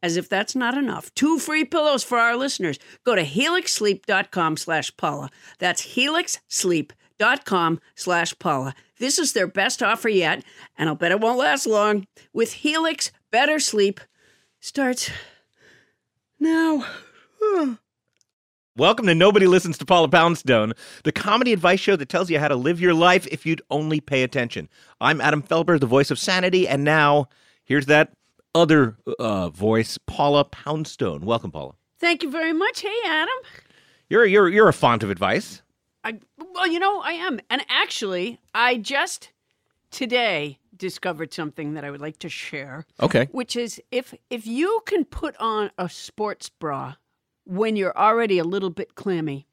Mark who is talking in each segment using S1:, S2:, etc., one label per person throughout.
S1: as if that's not enough, two free pillows for our listeners. Go to helixsleep.com slash Paula. That's helixsleep.com slash Paula. This is their best offer yet, and I'll bet it won't last long. With Helix, better sleep starts now.
S2: Welcome to Nobody Listens to Paula Poundstone, the comedy advice show that tells you how to live your life if you'd only pay attention. I'm Adam Felber, the voice of sanity, and now here's that other uh, voice, Paula Poundstone. Welcome, Paula.
S1: Thank you very much. Hey, Adam.
S2: You're you're you're a font of advice.
S1: I well, you know, I am. And actually, I just today discovered something that I would like to share,
S2: Okay.
S1: which is if if you can put on a sports bra when you're already a little bit clammy,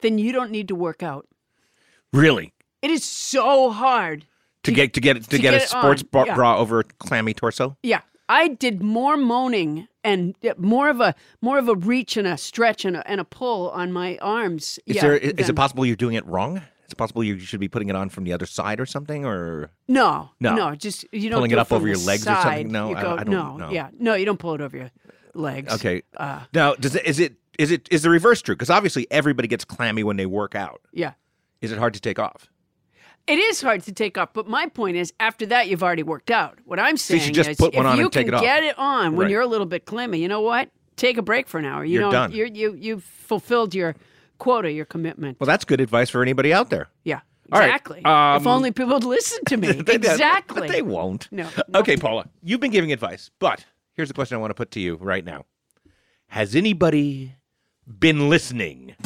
S1: then you don't need to work out.
S2: Really?
S1: It is so hard.
S2: To get to get to, get,
S1: get
S2: a
S1: it on,
S2: sports bra,
S1: yeah.
S2: bra over a clammy torso?
S1: Yeah. I did more moaning and uh, more of a more of a reach and a stretch and a, and a pull on my arms.
S2: Is
S1: yeah,
S2: there is, is
S1: than-
S2: it possible you're doing it wrong? Is it possible you should be putting it on from the other side or something or
S1: No,
S2: No.
S1: no, just you don't
S2: Pulling
S1: do
S2: it up
S1: from
S2: over
S1: the
S2: your legs or something?
S1: side.
S2: No,
S1: You
S2: I-
S1: go-
S2: I don't-
S1: no,
S2: no.
S1: yeah, no, you don't pull it over your legs.
S2: Okay.
S1: uh,
S2: Now, does it, is it is it is the reverse true? Because obviously everybody gets clammy when they work out.
S1: yeah,
S2: Is it hard to take off?
S1: it is hard to take off. But my point is, after that, you've already worked out. What I'm
S2: you
S1: saying
S2: should just
S1: is,
S2: put one
S1: if
S2: on
S1: you
S2: and take
S1: can
S2: it off.
S1: get it on when
S2: Right.
S1: you're a little bit clammy, you know what? Take a break for an hour. You
S2: You're
S1: know,
S2: done.
S1: You're, you you've fulfilled your quota, your commitment.
S2: Well, that's good advice for anybody out there.
S1: yeah,
S2: all right.
S1: exactly. if
S2: Um,
S1: only people would listen to me.
S2: They- they-
S1: exactly.
S2: But they won't.
S1: No.
S2: Okay, Paula, you've been giving advice, but here's a question I want to put to you right now. Has anybody been listening?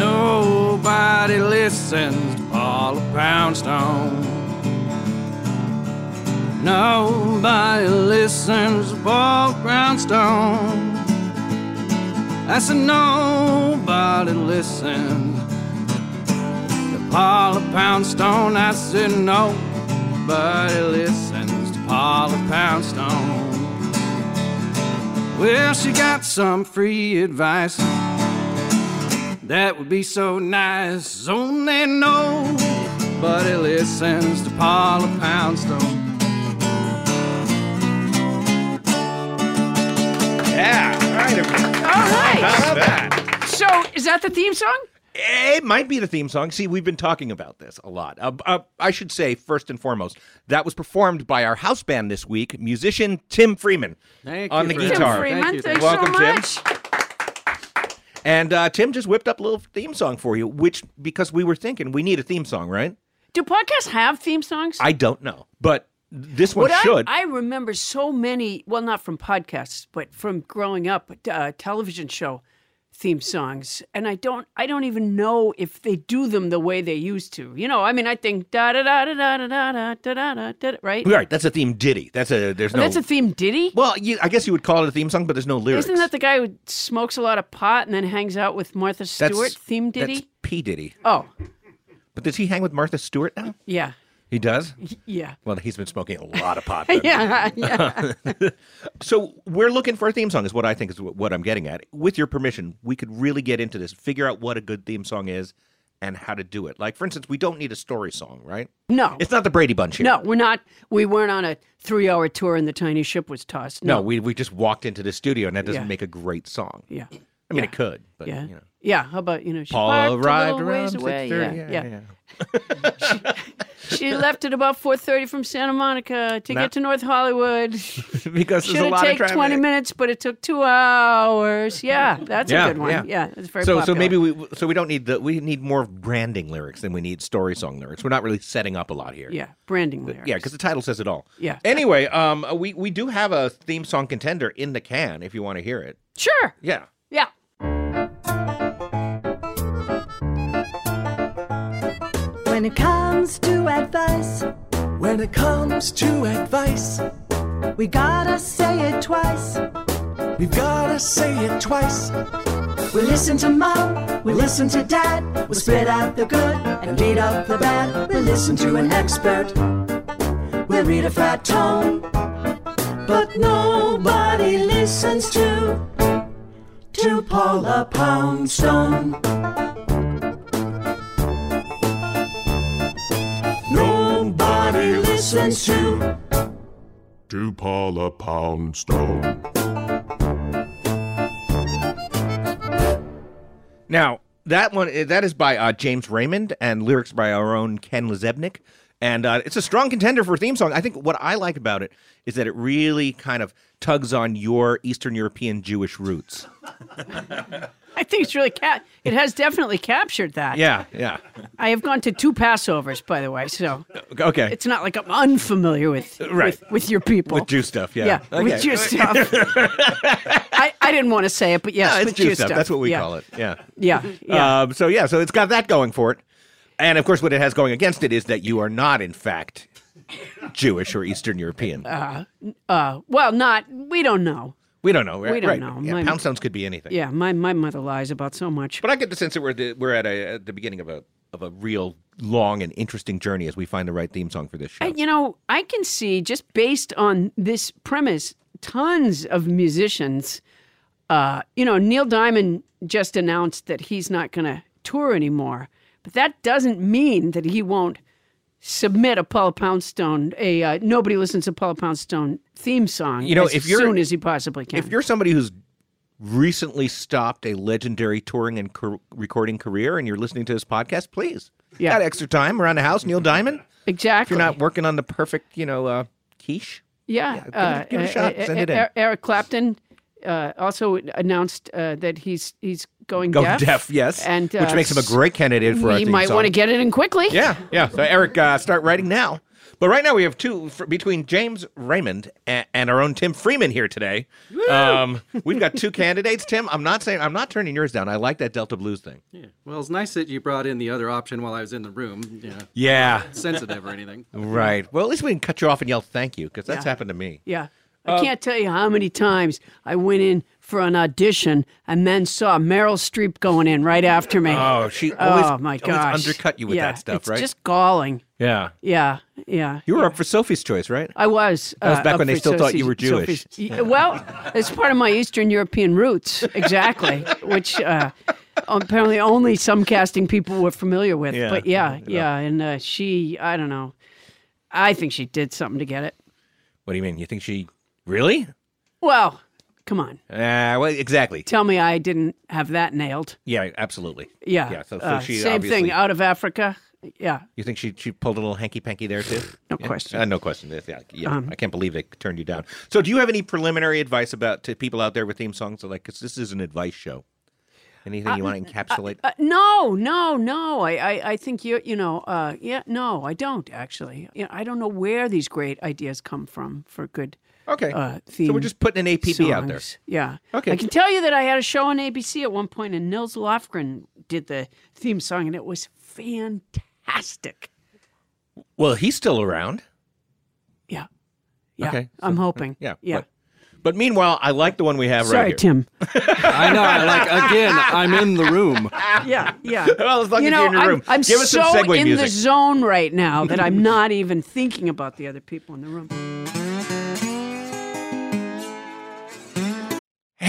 S3: Nobody listens to Paula Poundstone. Nobody listens to Paula Poundstone. I said nobody listens to Paula Poundstone. I said nobody listens to Paula Poundstone. Well, she got some free advice. That would be so nice. Only nobody listens to Paula Poundstone.
S2: Yeah. All right, everybody.
S1: All right.
S2: How's that?
S1: So, is that the theme song?
S2: It might be the theme song. See, we've been talking about this a lot. Uh, uh, I should say, first and foremost, that was performed by our house band this week, musician Tim Freeman
S3: Thank
S2: on the
S3: you very much.
S1: Tim
S2: guitar.
S1: Freeman,
S3: Thank you,
S1: thanks
S2: thank you.
S1: so
S2: Welcome,
S1: much.
S2: And uh, Tim just whipped up a little theme song for you, which, because we were thinking we need a theme song, right?
S1: Do podcasts have theme songs?
S2: I don't know. But this one
S1: What I-
S2: should.
S1: I, remember so many, well, not from podcasts, but from growing up, uh, television show theme songs, and I don't, I don't even know if they do them the way they used to. You know, I mean, I think da da da da da da da da da da da da, right?
S2: All right, that's a theme ditty. That's a there's no.
S1: That's a theme ditty.
S2: well, you, I guess you would call it a theme song, but there's no lyrics.
S1: Isn't that the guy who smokes a lot of pot and then hangs out with Martha Stewart?
S2: that's,
S1: theme ditty.
S2: That's P Diddy.
S1: Oh,
S2: But does he hang with Martha Stewart now?
S1: yeah,
S2: He does.
S1: yeah,
S2: Well, he's been smoking a lot of pot. then.
S1: yeah, yeah.
S2: So we're looking for a theme song. Is what I think is what, what I'm getting at. With your permission, we could really get into this. Figure out what a good theme song is, and how to do it. Like for instance, we don't need a story song, right?
S1: No.
S2: It's not the Brady Bunch here.
S1: No, we're not. We weren't on a three-hour tour, and the tiny ship was tossed.
S2: No, we we just walked into the studio, and that doesn't
S1: Yeah.
S2: make a great song.
S1: Yeah.
S2: I
S1: Yeah.
S2: mean, it could, but
S1: Yeah.
S2: you know.
S1: Yeah. How about, you know, she
S2: Paula
S1: parked a
S2: ride
S1: little ways
S2: around
S1: away.
S2: 6:30.
S1: Yeah. Yeah. She left at about 4.30 from Santa Monica to
S2: Now-
S1: get to North Hollywood.
S2: yeah. because there's
S1: Should
S2: a
S1: have
S2: lot of
S1: taken
S2: traffic.
S1: 20 minutes, but it took two hours. Yeah. That's
S2: Yeah,
S1: a good one.
S2: yeah.
S1: Yeah. it's very
S2: So, so
S1: popular.
S2: maybe we so we don't need the we need more branding lyrics than we need story song lyrics. We're not really setting up a lot here.
S1: Yeah. Branding lyrics.
S2: yeah, because the title says it all.
S1: Yeah.
S2: Anyway, um, we we do have a theme song contender in the can if you want to hear it.
S1: Sure.
S2: Yeah.
S1: Yeah.
S4: When it comes to advice,
S5: When it comes to advice,
S4: We gotta say it twice.
S5: we've gotta say it twice.
S4: We listen to mom, we listen to dad. We spit out the good and lead up the bad. We listen to an expert. We read a fat tome, but nobody listens to to Paula Poundstone. Nobody listens to
S6: to Paula Poundstone.
S2: Now that one eh, that is by uh, James Raymond and lyrics by our own Ken Lezebnik, and uh, it's a strong contender for a theme song. I think what I like about it is that it really kind of tugs on your Eastern European Jewish roots.
S1: I think it's really ca- it has definitely captured that.
S2: Yeah, yeah.
S1: I have gone to two Passovers, by the way, so
S2: Okay,
S1: it's not like I'm unfamiliar with
S2: Right.
S1: with, with your people.
S2: with Jew stuff. Yeah,
S1: yeah,
S2: Okay.
S1: with Jew stuff. I, I didn't want to say it, but yes,
S2: No, Uh, it's
S1: with
S2: Jew
S1: Jew
S2: stuff.
S1: stuff.
S2: That's what we
S1: Yeah.
S2: call it. Yeah.
S1: Yeah, yeah.
S2: Um, so yeah, so it's got that going for it, and of course, what it has going against it is that you are not, in fact, Jewish or Eastern European.
S1: Uh, well, not we don't know.
S2: we don't know. We
S1: don't know.
S2: Yeah,
S1: My-
S2: pound stones could be anything.
S1: Yeah, my, my mother lies about so much.
S2: But I get the sense that we're the, we're at a at the beginning of a of a real long and interesting journey as we find the right theme song for this show.
S1: You know, I can see just based on this premise, tons of musicians. Uh, you know, Neil Diamond just announced that he's not going to tour anymore, but that doesn't mean that he won't submit a Paula Poundstone, a uh, nobody listens to Paula Poundstone theme song.
S2: You know,
S1: as
S2: if you're-
S1: soon as he possibly can.
S2: if you're somebody who's recently stopped a legendary touring and co- recording career and you're listening to this podcast, please.
S1: Yeah.
S2: Got extra time around the house, Neil Diamond? If
S1: exactly
S2: you're not working on the perfect, you know, uh, quiche.
S1: Yeah, uh,
S2: yeah, give it- give it a shot, send it in.
S1: Er- Eric Clapton uh, also announced uh, that he's he's going
S2: Go
S1: deaf.
S2: deaf, yes.
S1: and
S2: which
S1: uh,
S2: makes him a great candidate for our
S1: You
S2: theme
S1: might
S2: song.
S1: want to get it in quickly.
S2: Yeah, yeah. So Eric, uh, start writing now. But right now we have two for, between James Raymond and, and our own Tim Freeman here today. Um, we've got two candidates. Tim, I'm not saying I'm not turning yours down. I like that Delta Blues thing.
S3: Well, it's nice that you brought in the other option while I was in the room. You know,
S2: Yeah,
S3: sensitive or anything.
S2: right. Well, at least we can cut you off and yell thank you because that's
S1: Yeah.
S2: happened to me.
S1: Yeah. I
S2: Uh,
S1: can't tell you how many times I went in for an audition and then saw Meryl Streep going in right after me.
S2: Oh, she always,
S1: oh my
S2: always
S1: gosh!
S2: undercut you with
S1: Yeah,
S2: that stuff,
S1: it's
S2: right?
S1: Just galling.
S2: yeah.
S1: Yeah, yeah. Uh,
S2: You were up for Sophie's Choice, right?
S1: I was. That
S2: was back when they still thought you were Jewish.
S1: Well, it's part of my Eastern European roots, exactly, which uh, apparently only some casting people were familiar with.
S2: Yeah,
S1: But yeah, yeah. And uh, she, I don't know. I think she did something to get it.
S2: What do you mean? You think she really?
S1: Well, come on.
S2: Uh, well, exactly.
S1: Tell me I didn't have that nailed.
S2: Yeah, absolutely.
S1: Yeah.
S2: Yeah. So, so
S1: Uh,
S2: she
S1: same
S2: obviously-
S1: thing out of Africa. Yeah.
S2: You think she she pulled a little hanky panky there too?
S1: No
S2: Yeah.
S1: question. Um,
S2: Uh, no question. Yeah, yeah, yeah. I can't believe they turned you down. So, do you have any preliminary advice about to people out there with theme songs? Like, 'cause this is an advice show. Anything you want to encapsulate?
S1: Uh, no, no, no. I, I, I think you, you know, uh, yeah, no, I don't actually. You know, I don't know where these great ideas come from for good. uh,
S2: okay. so we're
S1: theme
S2: just putting an APB out there.
S1: songs. Yeah.
S2: Okay.
S1: I can tell you that I had a show on ABC at one point, and Nils Lofgren did the theme song, and it was fantastic.
S2: Well, he's still around.
S1: Yeah. Yeah.
S2: Okay,
S1: I'm hoping.
S2: Yeah.
S1: Yeah.
S2: But, but meanwhile, I like the one we have
S1: Sorry,
S2: right here.
S1: Tim.
S3: I know. Like again, I'm in the room.
S1: Yeah, yeah.
S2: Well, as long
S1: you
S2: as
S1: know,
S2: you're in your
S1: I'm,
S2: room.
S1: I'm
S2: Give us
S1: so
S2: some segue
S1: in the
S2: music.
S1: zone right now that I'm not even thinking about the other people in the room.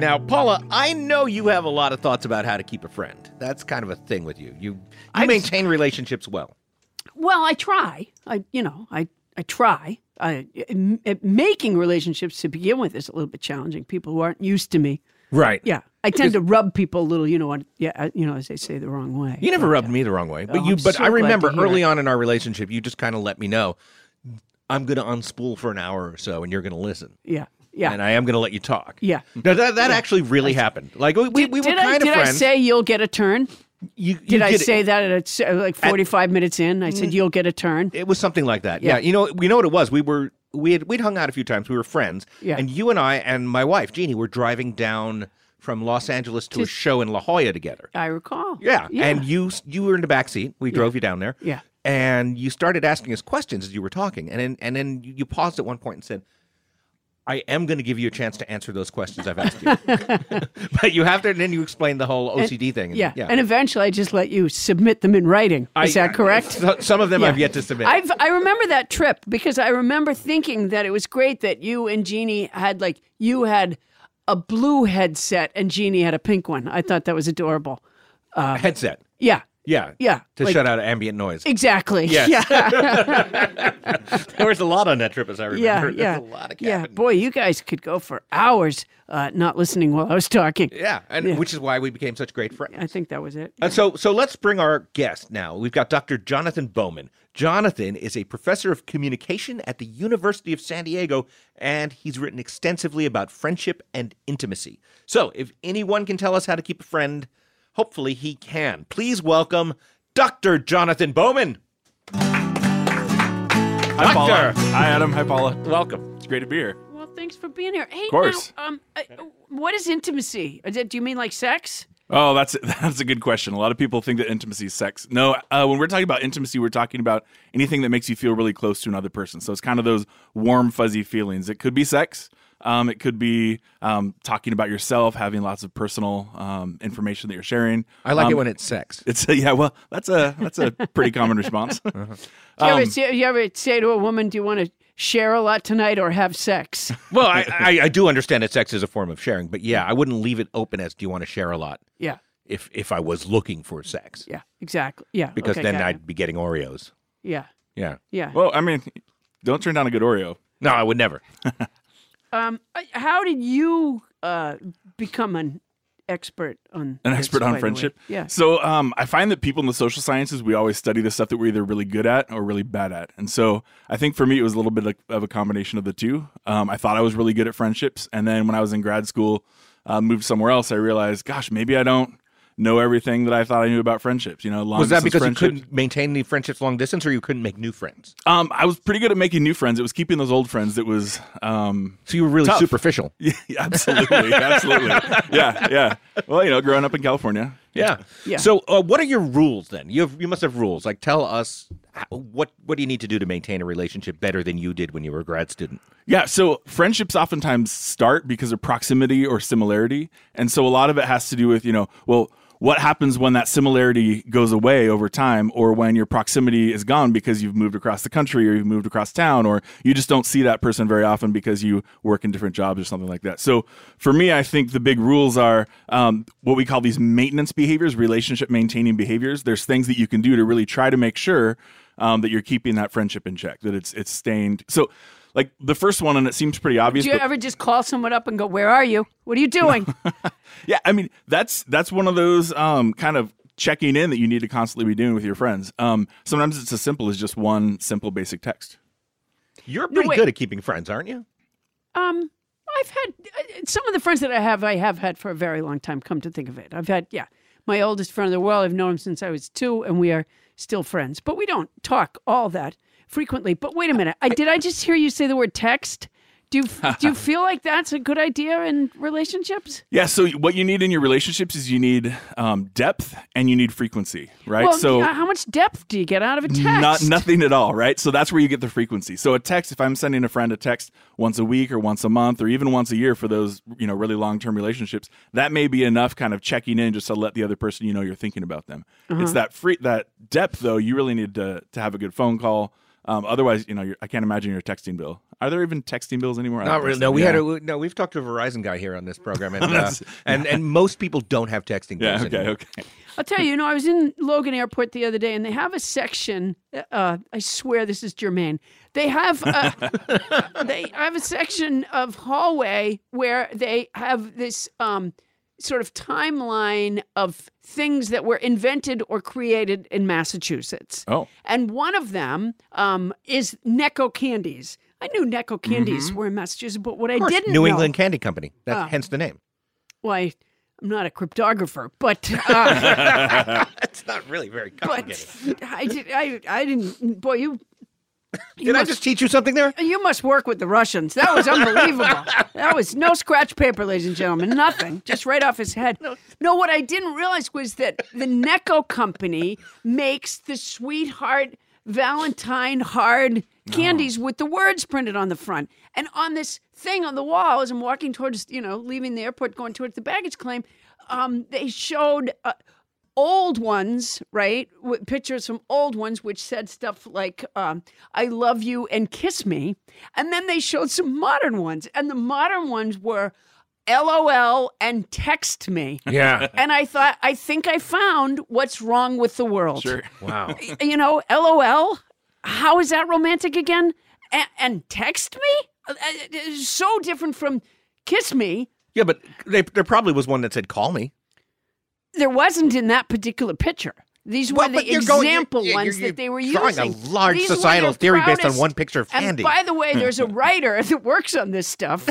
S2: Now, Paula, I know you have a lot of thoughts about how to keep a friend. That's kind of a thing with you. You, you maintain relationships well.
S1: Well, I try. I, you know, I, I try. I, m- m- making relationships to begin with is a little bit challenging. People who aren't used to me.
S2: Right.
S1: Yeah. I tend to rub people a little, you know, on- yeah, uh, you know, as they say, the wrong way.
S2: You never rubbed me the wrong way, but
S1: Oh,
S2: you.
S1: I'm
S2: But
S1: so glad
S2: I
S1: to
S2: remember
S1: hear
S2: early on in our relationship, you just kind of let me know I'm going to unspool for an hour or so, and you're going to listen,
S1: Yeah. Yeah.
S2: and I am going to let you talk.
S1: Yeah.
S2: Now, that that actually really happened. Like we, we, we were
S1: did
S2: kind
S1: I,
S2: of
S1: did I
S2: friends.
S1: say you'll get a turn?
S2: you, you
S1: Did I
S2: it. Mm.
S1: say that at s- uh, like 45 minutes in? I said, you'll get a turn.
S2: It was something like that. Yeah.
S1: Yeah.
S2: You know, we know what it was. We were we had we'd hung out a few times. We were friends.
S1: Yeah.
S2: And you and I and my wife, Jeannie, were driving down from Los Angeles to a show in La Jolla together.
S1: I recall.
S2: Yeah. And you you were in the back seat. We drove you down there.
S1: Yeah.
S2: And you started asking us questions as you were talking. And then and then you paused at one point and said, I am going to give you a chance to answer those questions I've asked you. but you have to, and then you explained the whole OCD thing. and-
S1: yeah. And eventually I just let you submit them in writing. Is
S2: I-
S1: that correct?
S2: So- some of them
S1: Yeah.
S2: I've yet to submit.
S1: I've, I remember that trip because I remember thinking that it was great that you and Jeannie had like you had a blue headset and Jeannie had a pink one. I thought that was adorable.
S2: Headset.
S1: Yeah,
S2: Yeah.
S1: yeah,
S2: To
S1: like-
S2: shut out ambient noise.
S1: exactly.
S2: Yes.
S1: Yeah,
S2: There was a lot on that trip, as I
S1: yeah,
S2: remember.
S1: yeah.
S2: There was a lot of
S1: yeah,
S2: cabin.
S1: boy, you guys could go for hours uh, not listening while I was talking.
S2: Yeah, and which is why we became such great friends.
S1: I think that was it.
S2: And so, so let's bring our guest now. We've got Dr. Jonathan Bowman. Jonathan is a professor of communication at the University of San Diego, and he's written extensively about friendship and intimacy. So, if anyone can tell us how to keep a friend, hopefully he can. Please welcome Dr. Jonathan Bowman.
S7: Hi, Paula.
S2: Doctor.
S7: Hi, Adam. Hi, Paula.
S2: Welcome.
S7: It's great to be here.
S1: Well, thanks for being here. Hey,
S7: course.
S1: Now, um, uh, what is intimacy? Is it- Do you mean like sex?
S7: Oh, that's that's a good question. A lot of people think that intimacy is sex. No, uh, when we're talking about intimacy, we're talking about anything that makes you feel really close to another person. So it's kind of those warm, fuzzy feelings. It could be sex. Um, it could be um, talking about yourself, having lots of personal um, information that you're sharing.
S2: I like
S7: Um,
S2: it when it's sex.
S7: it's yeah. Well, that's a that's a pretty common response.
S2: Uh-huh.
S1: Do you,
S2: Um,
S1: ever, say, you ever say to a woman, "Do you want to share a lot tonight or have sex?"
S2: Well, I, I, I do understand that sex is a form of sharing, but yeah, I wouldn't leave it open as do you want to share a lot
S1: yeah,
S2: if if I was looking for sex
S1: yeah, exactly. Yeah,
S2: because
S1: okay,
S2: then
S1: got
S2: I'd
S1: it.
S2: be getting Oreos.
S1: yeah,
S2: Yeah.
S1: yeah.
S7: Well, I mean, don't turn down a good Oreo.
S2: No, I would never.
S1: um, I- how did you uh, become an expert on
S7: an
S1: this,
S7: expert
S1: by the
S7: on
S1: way?
S7: friendship.
S1: Yeah,
S7: So um, I find that people in the social sciences, we always study the stuff that we're either really good at or really bad at. And so I think for me, it was a little bit like- of a combination of the two. Um, I thought I was really good at friendships. And then when I was in grad school, uh, moved somewhere else, I realized, gosh, maybe I don't know everything that I thought I knew about friendships. You know, long
S2: Was that
S7: distance
S2: because you
S7: friendships.
S2: couldn't maintain the friendships long distance, or you couldn't make new friends?
S7: Um, I was pretty good at making new friends. It was keeping those old friends that was um,
S2: So you were really
S7: Tough.
S2: superficial.
S7: yeah, absolutely, absolutely, yeah, yeah. Well, you know, growing up in California,
S2: Yeah.
S1: Yeah.
S2: So uh, what are your rules then? You have, you must have rules. Like tell us how, what what do you need to do to maintain a relationship better than you did when you were a grad student?
S7: Yeah, so friendships oftentimes start because of proximity or similarity. And so a lot of it has to do with, you know, well, what happens when that similarity goes away over time or when your proximity is gone because you've moved across the country or you've moved across town or you just don't see that person very often because you work in different jobs or something like that so for me i think the big rules are um, what we call these maintenance behaviors relationship maintaining behaviors there's things that you can do to really try to make sure um, that you're keeping that friendship in check that it's it's stained so like the first one and it seems pretty obvious
S1: Do you
S7: but-
S1: ever just call someone up and go, Where are you? What are you doing?
S7: yeah, I mean that's that's one of those um, kind of checking in that you need to constantly be doing with your friends. Um, sometimes it's as simple as just one simple basic text.
S2: You're
S1: No,
S2: pretty
S1: wait.
S2: good at keeping friends, aren't you?
S1: Um, I've had uh, some of the friends that I have, I have had for a very long time, come to think of it. I've had, yeah, my oldest friend in the world, I've known him since I was two, and we are still friends, but we don't talk all that frequently. But wait a minute. I, did I just hear you say the word text? Do you, f- do you feel like that's a good idea in relationships?
S7: Yeah. So what you need in your relationships is you need um, depth and you need frequency, right?
S1: Well,
S7: so
S1: uh, how much depth do you get out of a text?
S7: Not nothing at all, right? So that's where you get the frequency. So a text, if I'm sending a friend a text once a week or once a month or even once a year for those, you know, really long-term relationships, that may be enough kind of checking in just to let the other person you know you're thinking about them.
S2: Uh-huh.
S7: It's that free that depth though, you really need to to have a good phone call. Um, otherwise, you know, you're, I can't imagine your texting bill. Are there even texting bills anymore? I don't
S2: Not
S7: think
S2: really.
S7: so.
S2: No, we
S7: Yeah.
S2: had a, no. We've talked to a Verizon guy here on this program, and uh,
S7: That's-
S2: and and most people don't have texting.
S7: Yeah,
S2: bills
S7: okay,
S2: anymore.
S7: okay.
S1: I'll tell you, you know, I was in Logan Airport the other day, and they have a section. Uh, I swear this is germane. They have a, they have a section of hallway where they have this um, sort of timeline of things that were invented or created in Massachusetts.
S7: Oh.
S1: And one of them um, is Necco candies. I knew Necco candies were in Massachusetts, but what I
S2: Mm-hmm. Of course,
S1: didn't
S2: New
S1: know,
S2: England Candy Company. That
S1: Ah.
S2: hence the name.
S1: Well, I, I'm not a cryptographer, but. Uh,
S2: It's not really very
S1: But I, did, I, I didn't. Boy, you. you
S2: Did I
S1: must,
S2: just teach you something there?
S1: You must work with the Russians. That was unbelievable. that was no scratch paper, ladies and gentlemen. Nothing. Just right off his head. No, what I didn't realize was that the Necco company makes the sweetheart Valentine hard candies with the words printed on the front. And on this thing on the wall, as I'm walking towards, you know, leaving the airport, going towards the baggage claim, um, they showed. Uh, old ones, right? With pictures from old ones, which said stuff like um, "I love you" and "Kiss me," and then they showed some modern ones, and the modern ones were "LOL" and "Text me."
S2: Yeah.
S1: And I thought, I think I found what's wrong with the world.
S7: Sure.
S2: Wow.
S1: Y- You know, LOL. How is that romantic again? And, and text me? Uh, uh, uh, So different from "Kiss me."
S2: Yeah, but they, there probably was one that said "Call me."
S1: there wasn't in that particular picture. These were
S2: Well,
S1: the
S2: but you're going-
S1: example
S2: you're- you're-
S1: ones
S2: you're
S1: that they were
S2: drawing a
S1: using.
S2: large
S1: These were
S2: societal
S1: the
S2: theory based on
S1: proudest-
S2: one picture of
S1: and
S2: candy.
S1: By the way, there's a writer that works on this stuff.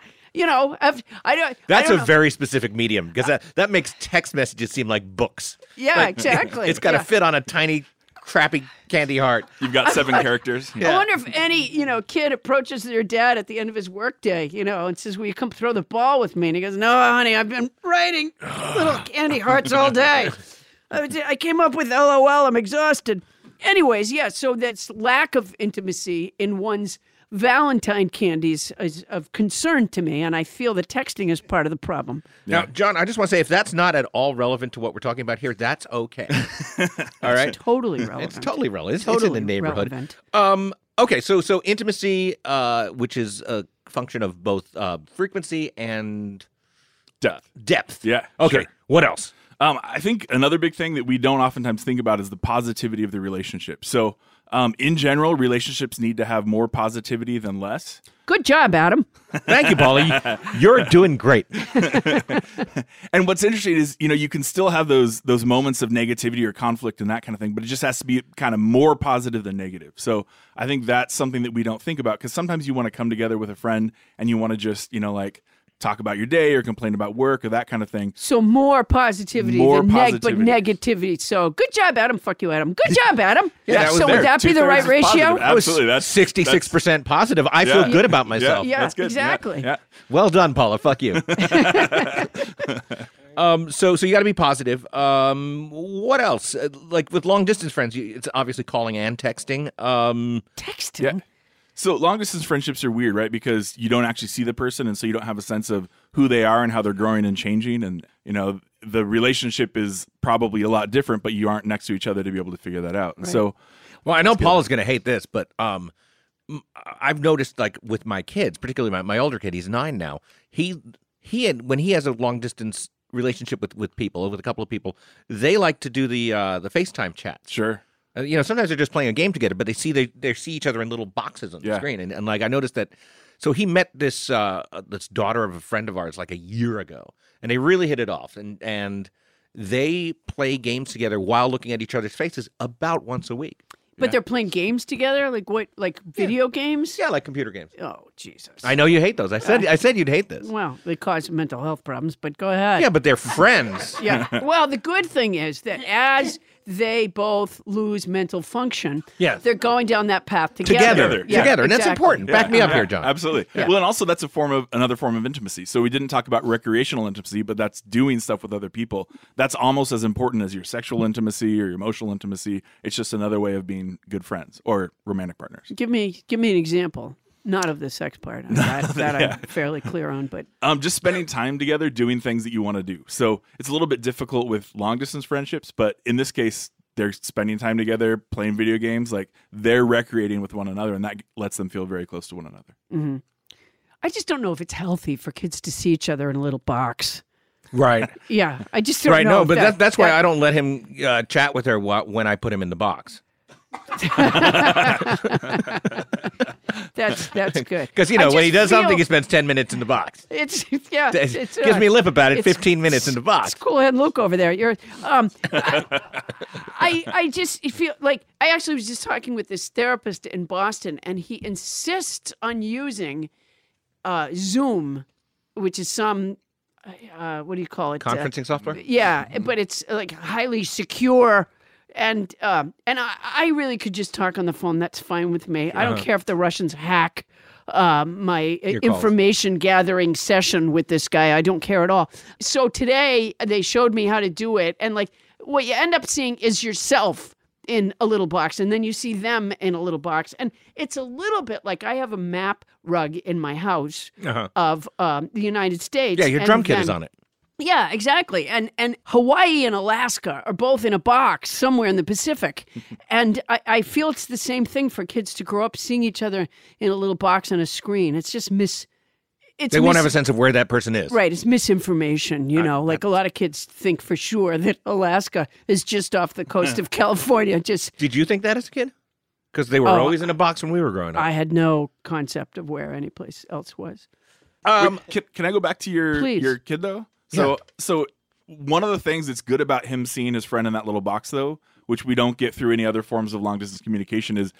S1: you know, I've, I don't. I
S2: That's
S1: don't
S2: a
S1: know.
S2: very specific medium because that, that makes text messages seem like books.
S1: Yeah, exactly.
S2: It's got to
S1: Yeah.
S2: fit on a tiny, crappy candy heart.
S7: You've got seven characters.
S1: I wonder if any you know kid approaches their dad at the end of his workday, you know, and says, "Will you come throw the ball with me?" And he goes, "No, honey, I've been writing little candy hearts all day. I was- I came up with LOL. I'm exhausted." Anyways, yeah. So that's lack of intimacy in one's Valentine candies is of concern to me, and I feel that texting is part of the problem.
S2: Now, John, I just want to say if that's not at all relevant to what we're talking about here, that's okay. all right.
S1: Totally relevant.
S2: It's totally relevant. It's, it's
S1: Totally
S2: in the neighborhood.
S1: relevant.
S2: Um, okay, so so intimacy, uh, which is a function of both uh, frequency and
S7: Death.
S2: depth.
S7: Yeah,
S2: Okay.
S7: sure.
S2: What else?
S7: Um, I think another big thing that we don't oftentimes think about is the positivity of the relationship. So, um, in general, relationships need to have more positivity than less.
S1: Good job, Adam.
S2: Thank you, Polly. You're doing great.
S7: And what's interesting is, you know, you can still have those those moments of negativity or conflict and that kind of thing, but it just has to be kind of more positive than negative. So, I think that's something that we don't think about because sometimes you want to come together with a friend and you want to just, you know, like talk about your day or complain about work or that kind of thing.
S1: So more positivity
S7: More
S1: than neg- but
S7: positivity.
S1: negativity. So good job, Adam. Fuck you, Adam. Good job, Adam.
S2: Yeah, that was
S1: so
S2: there.
S1: would that be the right
S7: Two-thirds is
S1: ratio?
S7: positive. Absolutely. That's
S2: sixty-six
S7: that's-
S2: percent positive. I feel
S7: Yeah.
S2: good about myself.
S1: Yeah,
S7: that's good.
S1: exactly.
S7: yeah.
S2: Well done, Paula. Fuck you. um, so so you got to be positive. Um, what else? Uh, Like with long distance friends, you, it's obviously calling and texting. Um,
S1: Texting.
S7: Yeah. So long distance friendships are weird, right? Because you don't actually see the person, and so you don't have a sense of who they are and how they're growing and changing. And you know, the relationship is probably a lot different, but you aren't next to each other to be able to figure that out. And so
S2: Well, I know Paula's going to hate this, but um, m- I've noticed like with my kids, particularly my, my older kid, he's nine now. He he and when he has a long distance relationship with with people, with a couple of people, they like to do the uh, the FaceTime chats.
S7: sure.
S2: Uh, you know, sometimes they're just playing a game together, but they see they they see each other in little boxes on the
S7: Yeah.
S2: screen, and, and like I noticed that. So he met this uh, uh, this daughter of a friend of ours like a year ago, and they really hit it off, and and they play games together while looking at each other's faces about once a week.
S1: But they're playing games together, like what, like video games?
S2: Yeah, like computer games.
S1: Oh Jesus!
S2: I know you hate those. I said I said you'd hate this.
S1: well, they cause mental health problems, but go ahead.
S2: Yeah, but they're friends.
S1: Yeah. Well, the good thing is that as they both lose mental function,
S2: Yes.
S1: they're going down that path together.
S2: Together. Together.
S1: Yeah,
S2: And that's
S1: exactly.
S2: important. Back me up here, John.
S7: Absolutely. Well, and also that's a form of another form of intimacy. So we didn't talk about recreational intimacy, but that's doing stuff with other people. That's almost as important as your sexual intimacy or your emotional intimacy. It's just another way of being good friends or romantic partners.
S1: Give me, give me an example. Not of the sex part. That, that I'm fairly clear on, but
S7: Um, just spending time together doing things that you want to do. So it's a little bit difficult with long distance friendships, but in this case, they're spending time together, playing video games, like they're recreating with one another, and that lets them feel very close to one another.
S1: I just don't know if it's healthy for kids to see each other in a little box.
S2: Right.
S1: Yeah, I just don't
S2: Right.
S1: know.
S2: No,
S1: if
S2: but
S1: that-
S2: that's that's why I don't let him uh, chat with her wh- when I put him in the box
S1: That's that's good.
S2: because you
S1: I
S2: know when
S1: just
S2: he does something,
S1: feel-
S2: he spends ten minutes in the box.
S1: It's yeah.
S2: It
S1: it's,
S2: gives
S1: uh,
S2: me a lip about it.
S1: it's-
S2: Fifteen minutes in the box.
S1: It's cool head Luke over there. You're um I I just it feel like I actually was just talking with this therapist in Boston and he insists on using uh Zoom, which is some uh what do you call it? Uh,
S2: Conferencing software.
S1: yeah, but it's like highly secure. And um, and I, I really could just talk on the phone. That's fine with me. I don't care if the Russians hack um, my uh,
S2: Uh-huh. calls.
S1: information gathering session with this guy. I don't care at all. So today they showed me how to do it, and like what you end up seeing is yourself in a little box, and then you see them in a little box, and it's a little bit like I have a map rug in my house of um, the United States.
S2: Uh-huh. Yeah, your
S1: and
S2: drum kit is
S1: then-
S2: on it.
S1: yeah, exactly. And and Hawaii and Alaska are both in a box somewhere in the Pacific. and I, I feel it's the same thing for kids to grow up seeing each other in a little box on a screen. It's just mis it's
S2: They won't
S1: mis-
S2: have a sense of where that person is.
S1: Right, it's misinformation, you know. Like a lot of kids think for sure that Alaska is just off the coast of California. Just
S2: Did you think that as a kid? Because they were
S1: Oh,
S2: always in a box when we were growing up.
S1: I had no concept of where any place else was.
S7: Um, can, can I go back to your
S1: Please.
S7: your kid though? So so one of the things that's good about him seeing his friend in that little box though, which we don't get through any other forms of long distance communication, is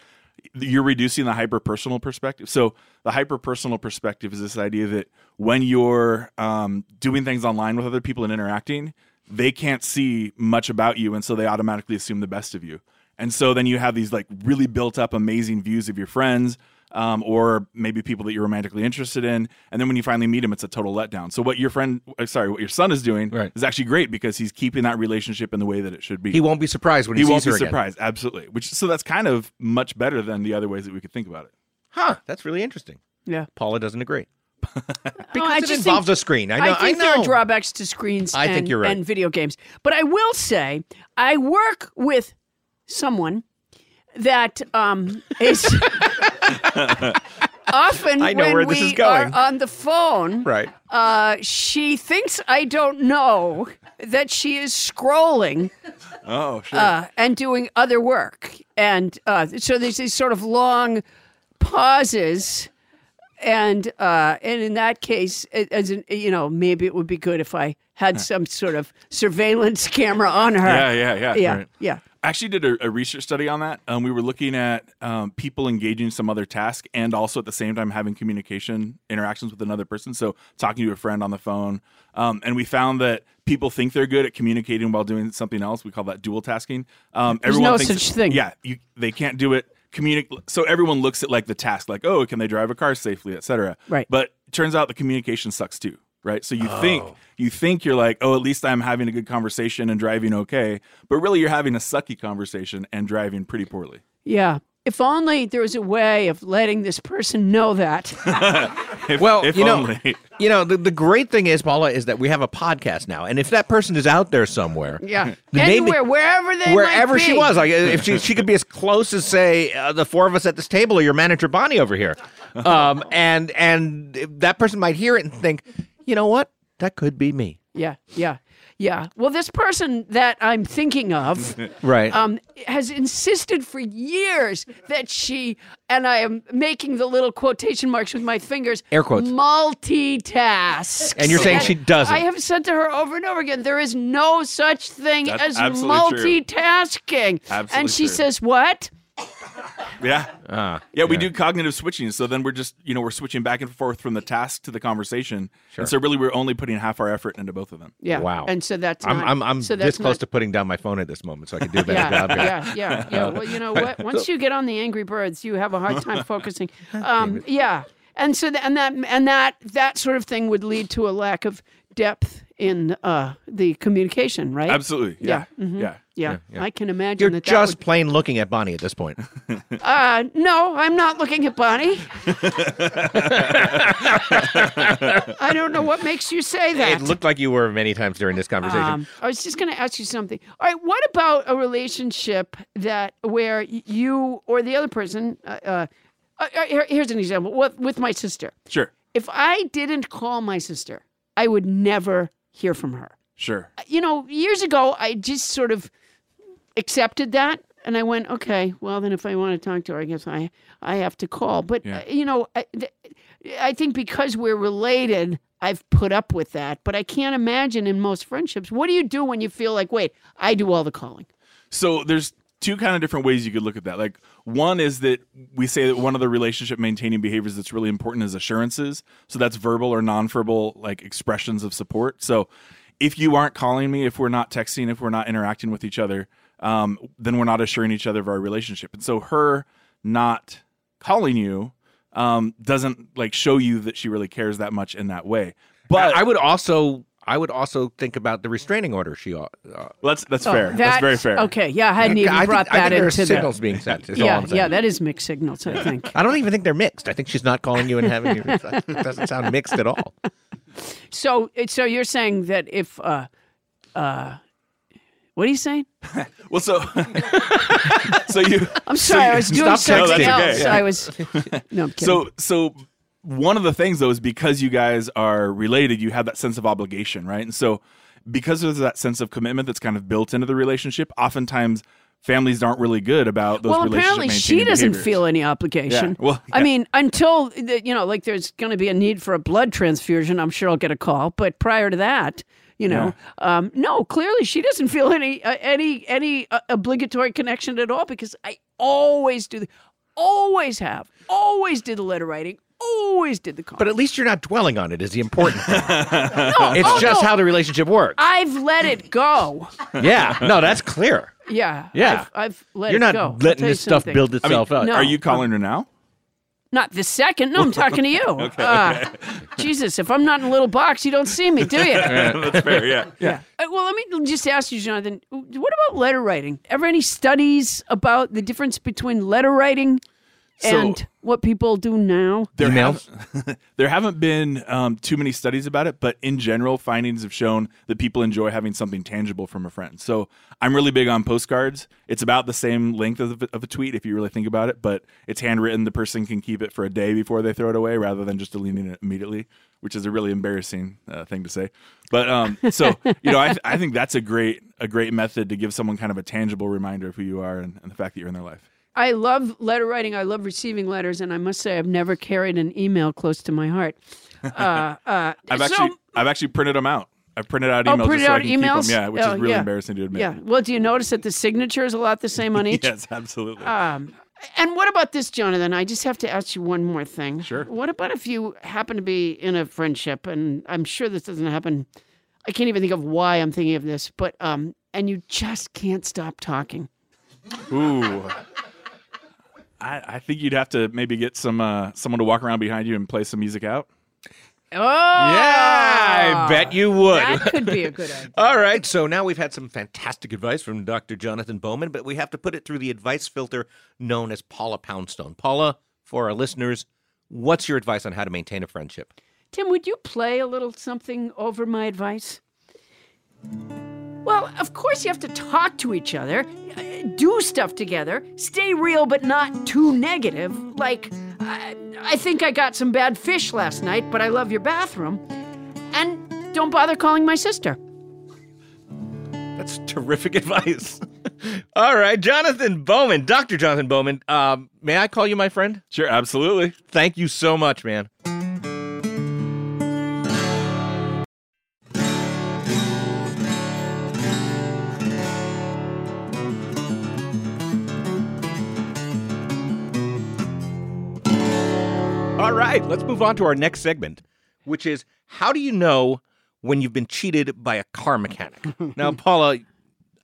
S7: you're reducing the hyper personal perspective. So the hyper personal perspective is this idea that when you're um, doing things online with other people and interacting, they can't see much about you, and so they automatically assume the best of you. And so then you have these like really built up amazing views of your friends um, or maybe people that you're romantically interested in. And then when you finally meet them, it's a total letdown. So what your friend, uh, sorry, what your son is doing
S2: Right.
S7: is actually great because he's keeping that relationship in the way that it should be.
S2: He won't be surprised when he,
S7: He won't
S2: sees
S7: be
S2: her again.
S7: surprised. Absolutely. Which, so that's kind of much better than the other ways that we could think about it.
S2: Huh? That's really interesting.
S1: Yeah.
S2: Paula doesn't agree because
S1: I
S2: it
S1: just think-
S2: involves a screen. I know.
S1: think
S2: know.
S1: there are drawbacks to screens
S2: I
S1: and,
S2: think you're right.
S1: and video games. But I will say, I work with someone that um, is often
S2: I know
S1: when
S2: where
S1: we
S2: this is going.
S1: are on the phone.
S2: Right.
S1: Uh, she thinks I don't know that she is scrolling
S7: Oh, sure.
S1: uh, and doing other work. And uh, so there's these sort of long pauses. And uh, and in that case, a- as an, you know, maybe it would be good if I had some sort of surveillance camera on her.
S7: yeah, yeah, yeah.
S1: yeah,
S7: Right.
S1: yeah.
S7: I actually did a, a research study on that. Um, we were looking at um, people engaging some other task and also at the same time having communication interactions with another person. So talking to a friend on the phone. Um, and we found that people think they're good at communicating while doing something else. We call that dual tasking. Um, everyone
S1: no
S7: thinks,
S1: such thing.
S7: Yeah, uh, you, they can't do it. Communi- so everyone looks at like the task, like, oh, can they drive a car safely, et cetera.
S1: Right.
S7: But turns out the communication sucks too, right? So you think you think you're like, oh, at least I'm having a good conversation and driving okay, but really you're having a sucky conversation and driving pretty poorly.
S1: Yeah. If only there was a way of letting this person know that.
S7: If-
S2: Well,
S7: if
S2: you know,
S7: only.
S2: you know the, the great thing is, Paula, is that we have a podcast now, and if that person is out there somewhere,
S1: Yeah.
S2: the name-
S1: Anywhere, wherever they might
S2: wherever she
S1: be.
S2: was, like if she she could be as close as say uh, the four of us at this table or your manager Bonnie over here, um, and and that person might hear it and think, you know what, that could be me,
S1: Yeah, yeah, yeah. Well, this person that I'm thinking of
S2: right?
S1: um, has insisted for years that she, and I am making the little quotation marks with my fingers,
S2: Air quotes.
S1: multitasks.
S2: And you're saying she doesn't.
S1: I have said to her over and over again, there is no such thing
S7: That's
S1: as
S7: absolutely true.
S1: multitasking.
S7: Absolutely
S1: and she
S7: true.
S1: says, What?
S7: Yeah. yeah, we do cognitive switching. So then we're just, you know, we're switching back and forth from the task to the conversation. And so really we're only putting half our effort into both of them.
S1: Yeah.
S2: Wow.
S1: And so that's
S2: I'm
S1: not-
S2: I'm, I'm
S1: so
S2: this
S1: that's
S2: close
S1: not-
S2: to putting down my phone at this moment, so I could do a better
S1: yeah,
S2: job. here.
S1: yeah, yeah, yeah. Well, you know what? Once you get on the Angry Birds, you have a hard time focusing. Um, yeah, and so th- and that and that that sort of thing would lead to a lack of depth in uh, the communication, right?
S7: Absolutely. Yeah. Yeah.
S1: Yeah, Mm-hmm. I can imagine
S2: You're
S1: that. that
S2: just plain looking at Bonnie at this point.
S1: would- uh, no, I'm not looking at Bonnie. I don't know what makes you say that.
S2: It looked like you were many times during this conversation.
S1: Um, I was just going to ask you something. All right, what about a relationship that where y- you or the other person? Uh, uh, uh, here- here's an example with, with my sister.
S7: Sure.
S1: If I didn't call my sister, I would never hear from her.
S7: Sure.
S1: You know, years ago, I just sort of accepted that. And I went, okay, well, then if I want to talk to her, I guess I, I have to call. But,
S7: Yeah.
S1: uh, you know, I, th- I think because we're related, I've put up with that. But I can't imagine in most friendships, what do you do when you feel like, wait, I do all the calling?
S7: So there's two kind of different ways you could look at that. Like one is that we say that one of the relationship maintaining behaviors that's really important is assurances. So that's verbal or nonverbal like expressions of support. So if you aren't calling me, if we're not texting, if we're not interacting with each other, um, then we're not assuring each other of our relationship. And so her not calling you um, doesn't like show you that she really cares that much in that way. But
S2: I would also I would also think about the restraining order she uh, uh,
S7: well, that's that's fair. That's, very fair.
S1: Oh, Okay, yeah, I hadn't even
S2: I
S1: brought
S2: think, I
S1: that
S2: think there are
S1: into the.
S2: signals being sent. Is all
S1: Yeah,
S2: I'm saying.
S1: yeah, that is mixed signals, I think.
S2: I don't even think they're mixed. I think she's not calling you and having you. It doesn't sound mixed at all.
S1: So, it- so you're saying that if, uh, uh, what are you saying?
S7: Well, so so you.
S1: I'm sorry, I was doing
S2: stop
S1: something
S2: texting. No,
S1: else.
S2: that's okay.
S1: I was, no, I'm kidding.
S7: So so one of the things though is because you guys are related, you have that sense of obligation, right? And so because there's that sense of commitment that's kind of built into the relationship, oftentimes families aren't really good about those.
S1: well,
S7: relationship
S1: apparently she
S7: maintaining
S1: doesn't
S7: behaviors.
S1: feel any obligation.
S7: Yeah, well,
S1: I
S7: yeah.
S1: mean, until the, you know, like there's going to be a need for a blood transfusion, I'm sure I'll get a call. But prior to that, you know, um, no, clearly she doesn't feel any uh, any any uh, obligatory connection at all because I always do, the, always have, always did the letter writing, always did the call.
S2: But at least you're not dwelling on it. Is the important thing.
S1: no,
S2: It's
S1: oh,
S2: just
S1: no,
S2: how the relationship works.
S1: I've let it go.
S2: yeah. No, that's clear.
S1: Yeah,
S2: Yeah.
S1: I've, I've let
S2: you're
S1: it
S2: not
S1: go. I'll
S2: letting
S1: tell you
S2: this stuff
S1: something.
S2: build
S7: I mean,
S2: itself up.
S1: no.
S7: Are you calling her now?
S1: Not the second. No, I'm talking to you. Uh, Jesus, if I'm not in a little box, you don't see me, do you?
S7: that's fair. Yeah.
S1: yeah. Uh, well, let me just ask you, Jonathan. What about letter writing? Ever any studies about the difference between letter writing and
S7: So-
S1: what people do now?
S7: There
S2: Emails?
S7: have there haven't been um, too many studies about it, but in general, findings have shown that people enjoy having something tangible from a friend. So I'm really big on postcards. It's about the same length of, of a tweet if you really think about it, but it's handwritten. The person can keep it for a day before they throw it away, rather than just deleting it immediately, which is a really embarrassing uh, thing to say. But um, so you know, I, I think that's a great a great method to give someone kind of a tangible reminder of who you are and, and the fact that you're in their life.
S1: I love letter writing. I love receiving letters, and I must say, I've never carried an email close to my heart. Uh, uh,
S7: I've
S1: so-
S7: actually I've actually printed them out. I've printed out
S1: Oh,
S7: emails
S1: printed
S7: just so
S1: out
S7: I can keep 'em.
S1: emails?
S7: Yeah, which
S1: Oh,
S7: is really
S1: yeah.
S7: embarrassing to admit.
S1: yeah. Well, do you notice that the signature is a lot the same on each?
S7: Yes, absolutely.
S1: Um, and what about this, Jonathan? I just have to ask you one more thing. Sure. What about if you happen to be in a friendship, and I'm sure this doesn't happen. I can't even think of why I'm thinking of this, but um, and you just can't stop talking.
S7: Ooh. I, I think you'd have to maybe get some uh, someone to walk around behind you and play some music out.
S1: Oh,
S2: Yeah, I bet you would.
S1: That could be a good idea.
S2: All right, so now we've had some fantastic advice from Dr. Jonathan Bowman, but we have to put it through the advice filter known as Paula Poundstone. Paula, for our listeners, what's your advice on how to maintain a friendship?
S1: Tim, would you play a little something over my advice? Well, of course, you have to talk to each other, uh, do stuff together, stay real but not too negative. Like, I, I think I got some bad fish last night, but I love your bathroom. And don't bother calling my sister.
S2: That's terrific advice. All right, Jonathan Bowman, Dr. Jonathan Bowman, um, may I call you my friend?
S7: Sure, absolutely.
S2: Thank you so much, man. All right, let's move on to our next segment, which is how do you know when you've been cheated by a car mechanic? now, Paula,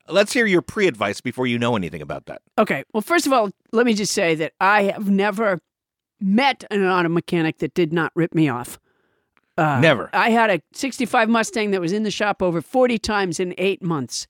S2: let's hear your pre advice before you know anything about that.
S1: Okay. Well, first of all, let me just say that I have never met an auto mechanic that did not rip me off. Uh,
S2: Never.
S1: I had a 65 Mustang that was in the shop over 40 times in eight months.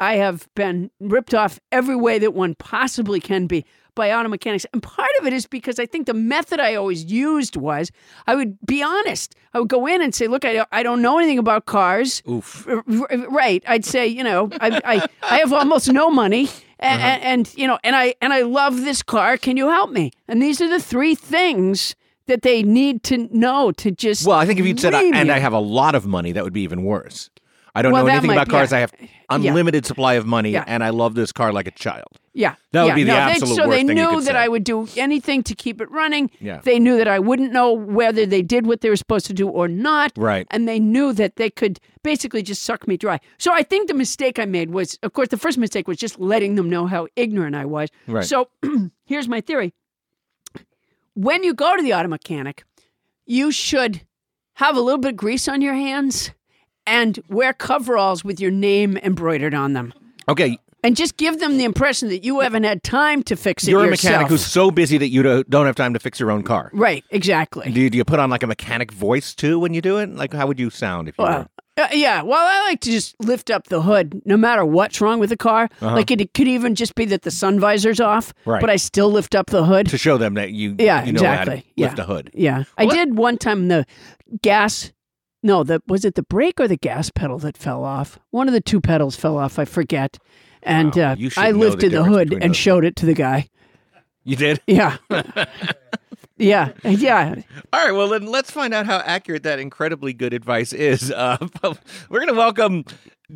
S1: I have been ripped off every way that one possibly can be by auto mechanics. And part of it is because I think the method I always used was I would be honest. I would go in and say, Look, I, I don't know anything about cars. Oof. Right. I'd say, You know, I, I, I have almost no money. a- a-
S2: Uh-huh.
S1: And, you know, and I and I love this car. Can you help me? And these are the three things that they need to know to just.
S2: Well, I think if you'd said,
S1: really-
S2: and I have a lot of money, that would be even worse. I don't
S1: Well,
S2: know
S1: that
S2: anything
S1: might
S2: about
S1: be-
S2: cars.
S1: yeah.
S2: I have unlimited supply of money,
S1: Yeah.
S2: and I love this car like a child.
S1: Yeah,
S2: That would
S1: yeah,
S2: be the
S1: no,
S2: absolute
S1: they, So
S2: worst
S1: they
S2: thing you
S1: knew
S2: could
S1: that
S2: say.
S1: I would do anything to keep it running.
S2: Yeah.
S1: They knew that I wouldn't know whether they did what they were supposed to do or not.
S2: Right.
S1: And they knew that they could basically just suck me dry. So I think the mistake I made was, of course, the first mistake was just letting them know how ignorant I was.
S2: Right.
S1: So here's my theory: when you go to the auto mechanic, you should have a little bit of grease on your hands and wear coveralls with your name embroidered on them
S2: Okay,
S1: and just give them the impression that you haven't had time to fix it
S2: you're a
S1: yourself.
S2: mechanic who's so busy that you don't don't have time to fix your own car.
S1: right, exactly.
S2: Do you, do you put on like a mechanic voice too when you do it? Like, how would you sound if you
S1: Uh,
S2: were?
S1: uh, yeah, well, I like to just lift up the hood, no matter what's wrong with the car. Like it, could even just be that the sun visor's off,
S2: Uh-huh. Right.
S1: but I still lift up the hood.
S2: To show them that you,
S1: yeah,
S2: you know
S1: exactly.
S2: how to
S1: yeah.
S2: lift a hood.
S1: Yeah, I did one time the gas. No, the was it the brake or the gas pedal that fell off? One of the two pedals fell off. I forget. And uh,
S2: you should
S1: I
S2: know the
S1: lifted the,
S2: difference
S1: hood
S2: between
S1: and
S2: those.
S1: showed it to the guy.
S2: You did?
S1: Yeah. yeah. Yeah.
S2: All right, well, then let's find out how accurate that incredibly good advice is. Uh, we're going to welcome.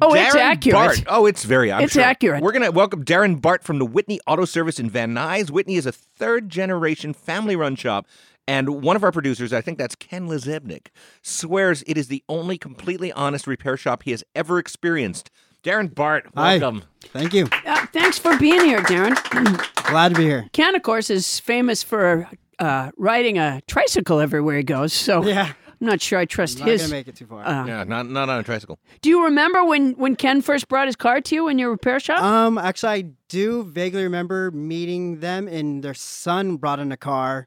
S1: Oh,
S2: Darren
S1: it's accurate.
S2: Bart. Oh, it's very I'm
S1: It's
S2: sure.
S1: accurate.
S2: We're going to welcome Darren Bart from the Whitney Auto Service in Van Nuys. Whitney is a third generation family run shop. And one of our producers, I think that's Ken Lizebnik, swears it is the only completely honest repair shop he has ever experienced. Darren Bart,
S8: Hi.
S2: welcome.
S8: Thank you.
S1: Uh, thanks for being here, Darren.
S8: Glad to be here.
S1: Ken, of course, is famous for uh, riding a tricycle everywhere he goes. So
S8: Yeah.
S1: I'm not sure I trust
S8: Not
S1: his.
S8: gonna make it too far.
S1: Ah.
S2: Yeah, not, not on a tricycle.
S1: Do you remember when, when Ken first brought his car to you in your repair shop?
S8: um, actually, I do vaguely remember meeting them, and their son brought in a car,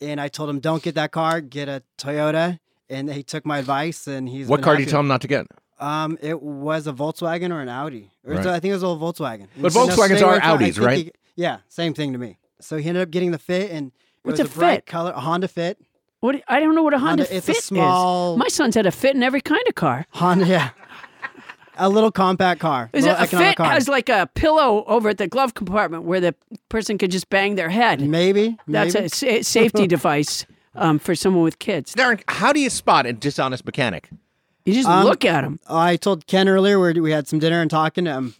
S8: and I told him, "Don't get that car. Get a Toyota." And he took my advice, and he's
S2: What
S8: been
S2: car do you
S8: happy.
S2: tell him not to get?
S8: Um, it was a Volkswagen or an Audi. Or it's-
S2: Right.
S8: I think it was a Volkswagen.
S2: But
S8: So
S2: Volkswagens
S8: same
S2: are
S8: way- I
S2: Audis,
S8: think
S2: right?
S8: he- yeah, same thing to me. So he ended up getting the Fit, and it
S1: What's
S8: was
S1: a Fit?
S8: bright color, a Honda Fit.
S1: What I don't know what a Honda,
S8: Honda- it's a
S1: Fit
S8: small-
S1: is. My son's had a Fit in every kind of car.
S8: Honda, yeah. A little compact car.
S1: Is it
S8: little
S1: a
S8: economic
S1: Fit
S8: car.
S1: has like a pillow over at the glove compartment where the person could just bang their head?
S8: Maybe.
S1: That's
S8: maybe.
S1: a sa- safety device um, for someone with kids.
S2: Darren, how do you spot a dishonest mechanic?
S1: You just
S8: Um,
S1: look at them.
S8: I told Ken earlier where we had some dinner and talking. Um,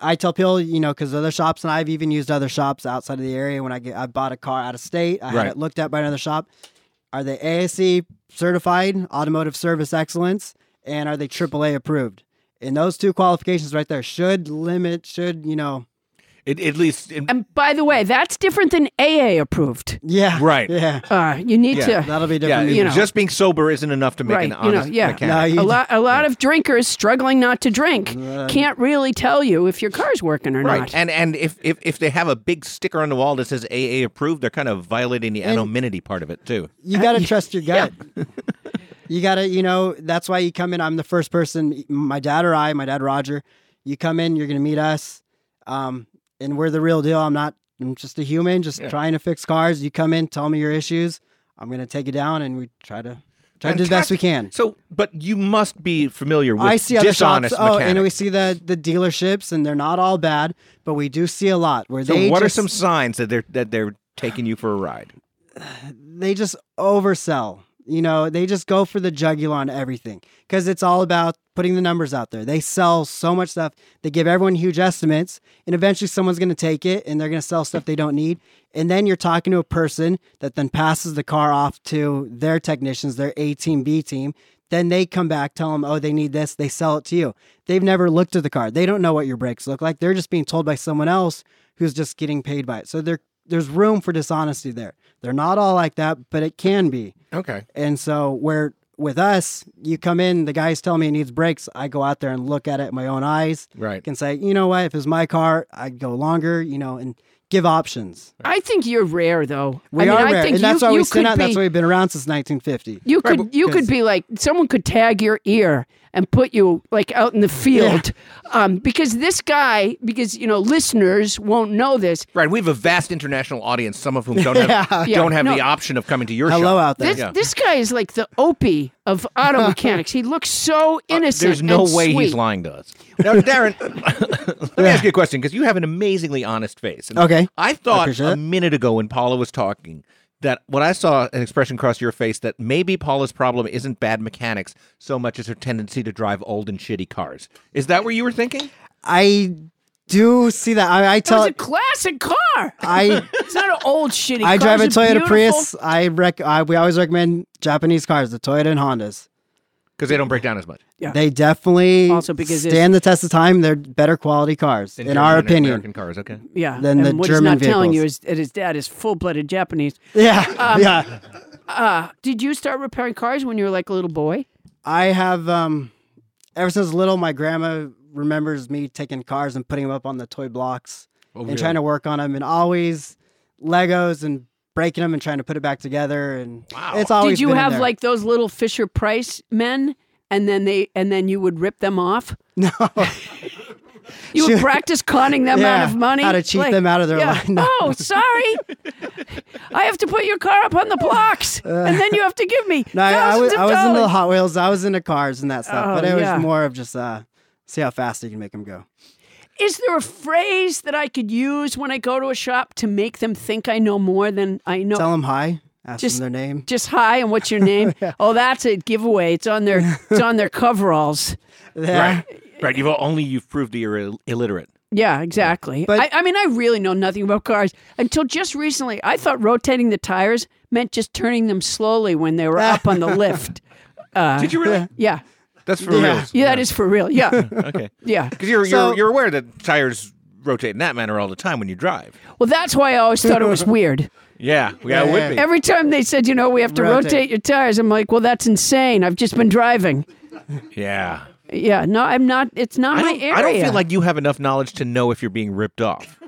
S8: I tell people, you know, because other shops, and I've even used other shops outside of the area. When I get, I bought a car out of state. I
S2: Right.
S8: had it looked at by another shop. Are they ASC certified, automotive service excellence, and are they AAA approved? And those two qualifications right there should limit, should you know,
S2: It, at least, it-
S1: And by the way, that's different than AA approved.
S8: yeah,
S2: Right.
S8: yeah,
S1: Uh, you need
S2: Yeah,
S1: to
S8: that'll be
S2: yeah,
S8: different.
S1: you know.
S2: just being sober isn't enough to make
S1: right.
S2: an
S1: You know,
S2: honest
S1: yeah.
S2: mechanic.
S8: No, you-
S1: a lot, a lot of drinkers struggling not to drink can't really tell you if your car's working or
S2: Right,
S1: not.
S2: and and if, if if they have a big sticker on the wall that says AA approved, they're kind of violating the anonymity part of it too.
S8: you got to trust your gut. you gotta, you know, that's why you come in. I'm the first person, my dad or I, my dad Roger. You come in, you're gonna meet us, um, and we're the real deal. I'm not, I'm just a human, just
S9: Yeah.
S8: trying to fix cars. You come in, tell me your issues. I'm gonna take it down, and we try to try to do the best we can.
S2: So, but you must be familiar with
S8: I see other shops.
S2: dishonest
S8: Oh,
S2: mechanics.
S8: and we see the the dealerships, and they're not all bad, but we do see a lot where
S2: so,
S8: they
S2: what are
S8: just-
S2: some signs that they're that they're taking you for a ride?
S8: they just oversell. You know, they just go for the jugular on everything because it's all about putting the numbers out there. They sell so much stuff. They give everyone huge estimates, and eventually someone's going to take it and they're going to sell stuff they don't need. And then you're talking to a person that then passes the car off to their technicians, their A team, B team. Then they come back, tell them, oh, they need this. They sell it to you. They've never looked at the car. They don't know what your brakes look like. They're just being told by someone else who's just getting paid by it. So there, there's room for dishonesty there. They're not all like that, but it can be.
S9: Okay.
S8: And so where with us, you come in, the guys tell me it needs brakes. I go out there and look at it in my own eyes.
S9: Right.
S8: Can say, you know what, if it's my car, I'd go longer, you know, and give options.
S1: I think you're rare, though.
S8: We
S1: I mean,
S8: are
S1: I
S8: rare.
S1: think
S8: and
S1: you,
S8: that's why
S1: you
S8: we
S1: could
S8: stand out.
S1: be-
S8: That's why we've been around since 1950.
S1: You
S8: Right,
S1: could
S8: but-
S1: you could
S8: 'cause-
S1: be like someone could tag your ear and put you like out in the field, um, because this guy because you know listeners won't know this.
S2: Right, we have a vast international audience, some of whom don't have
S1: Yeah.
S2: don't have
S1: No.
S2: the option of coming to your show.
S1: This, this guy is like the Opie of auto mechanics. He looks so innocent.
S2: Uh, There's no
S1: and
S2: way he's
S1: sweet.
S2: lying to us. Now, Darren, let me ask you a question because you have an amazingly honest face. And
S8: Okay.
S2: I
S8: I
S2: thought
S8: appreciate
S2: a
S8: it.
S2: minute ago when Paula was talking that when I saw an expression cross your face that maybe Paula's problem isn't bad mechanics so much as her tendency to drive old and shitty cars. Is that what you were thinking?
S8: I do see that. I, I
S1: That
S8: tell
S1: was a classic car.
S8: I-
S1: it's not an old shitty.
S8: I
S1: car.
S8: drive a
S1: It's
S8: Toyota
S1: beautiful-
S8: Prius. I, rec- I we always recommend Japanese cars, the Toyota and Hondas.
S2: Because they don't break down as much.
S1: Yeah.
S8: They definitely
S1: Also because it's-
S8: stand the test of time. They're better quality cars,
S2: Than
S8: in our
S2: German and
S8: opinion.
S2: American cars, okay.
S1: Yeah.
S8: than
S1: and
S8: the
S1: what
S8: German
S1: he's not telling you
S8: vehicles.
S1: is that his dad is full blooded Japanese.
S8: Yeah,
S1: Um,
S8: yeah.
S1: Uh, did you start repairing cars when you were like a little boy?
S8: I have um, ever since little, my grandma remembers me taking cars and putting them up on the toy blocks
S2: Oh,
S8: and
S9: really?
S8: trying to work on them, and always Legos and breaking them and trying to put it back together. And it's always
S1: Did you
S8: been in
S1: have
S8: there.
S1: like those little Fisher Price men, and then they and then you would rip them off?
S8: no?
S1: You would practice conning them
S8: Yeah,
S1: out of money.
S8: how to cheat them out of their line. No.
S1: Oh, sorry. I have to put your car up on the blocks, and then you have to give me
S8: Uh. No, I, I
S1: thousands
S8: was
S1: of
S8: I was into the
S1: dollars.
S8: Hot Wheels. I was into cars and that stuff,
S1: Oh,
S8: but it
S1: yeah.
S8: was more of just uh, see how fast you can make them go.
S1: Is there a phrase that I could use when I go to a shop to make them think I know more than I know?
S8: Tell them hi. Ask
S1: Just-
S8: them their name.
S1: Just hi and what's your name? Oh, that's a giveaway. It's on their it's on their coveralls.
S8: Yeah.
S2: Right. Right. You've only you've proved that you're Ill- illiterate.
S1: Yeah, exactly.
S8: But-
S1: I, I mean, I really know nothing about cars until just recently. I thought rotating the tires meant just turning them slowly when they were up on the lift.
S8: Uh,
S2: Did you really?
S1: Yeah.
S2: That's for
S8: Yeah.
S2: real.
S1: yeah, that is for real. Yeah,
S2: Okay.
S1: yeah.
S2: Because you're,
S8: So-
S2: you're you're aware that tires rotate in that manner all the time when you drive.
S1: Well, that's why I always thought it was weird.
S2: Yeah, yeah, it would be.
S1: Every time they said, you know, we have to
S8: Rotate.
S1: rotate your tires, I'm like, well, that's insane. I've just been driving.
S2: yeah.
S1: Yeah, no, I'm not. It's not
S2: I
S1: my
S2: don't,
S1: area.
S2: I don't feel like you have enough knowledge to know if you're being ripped off.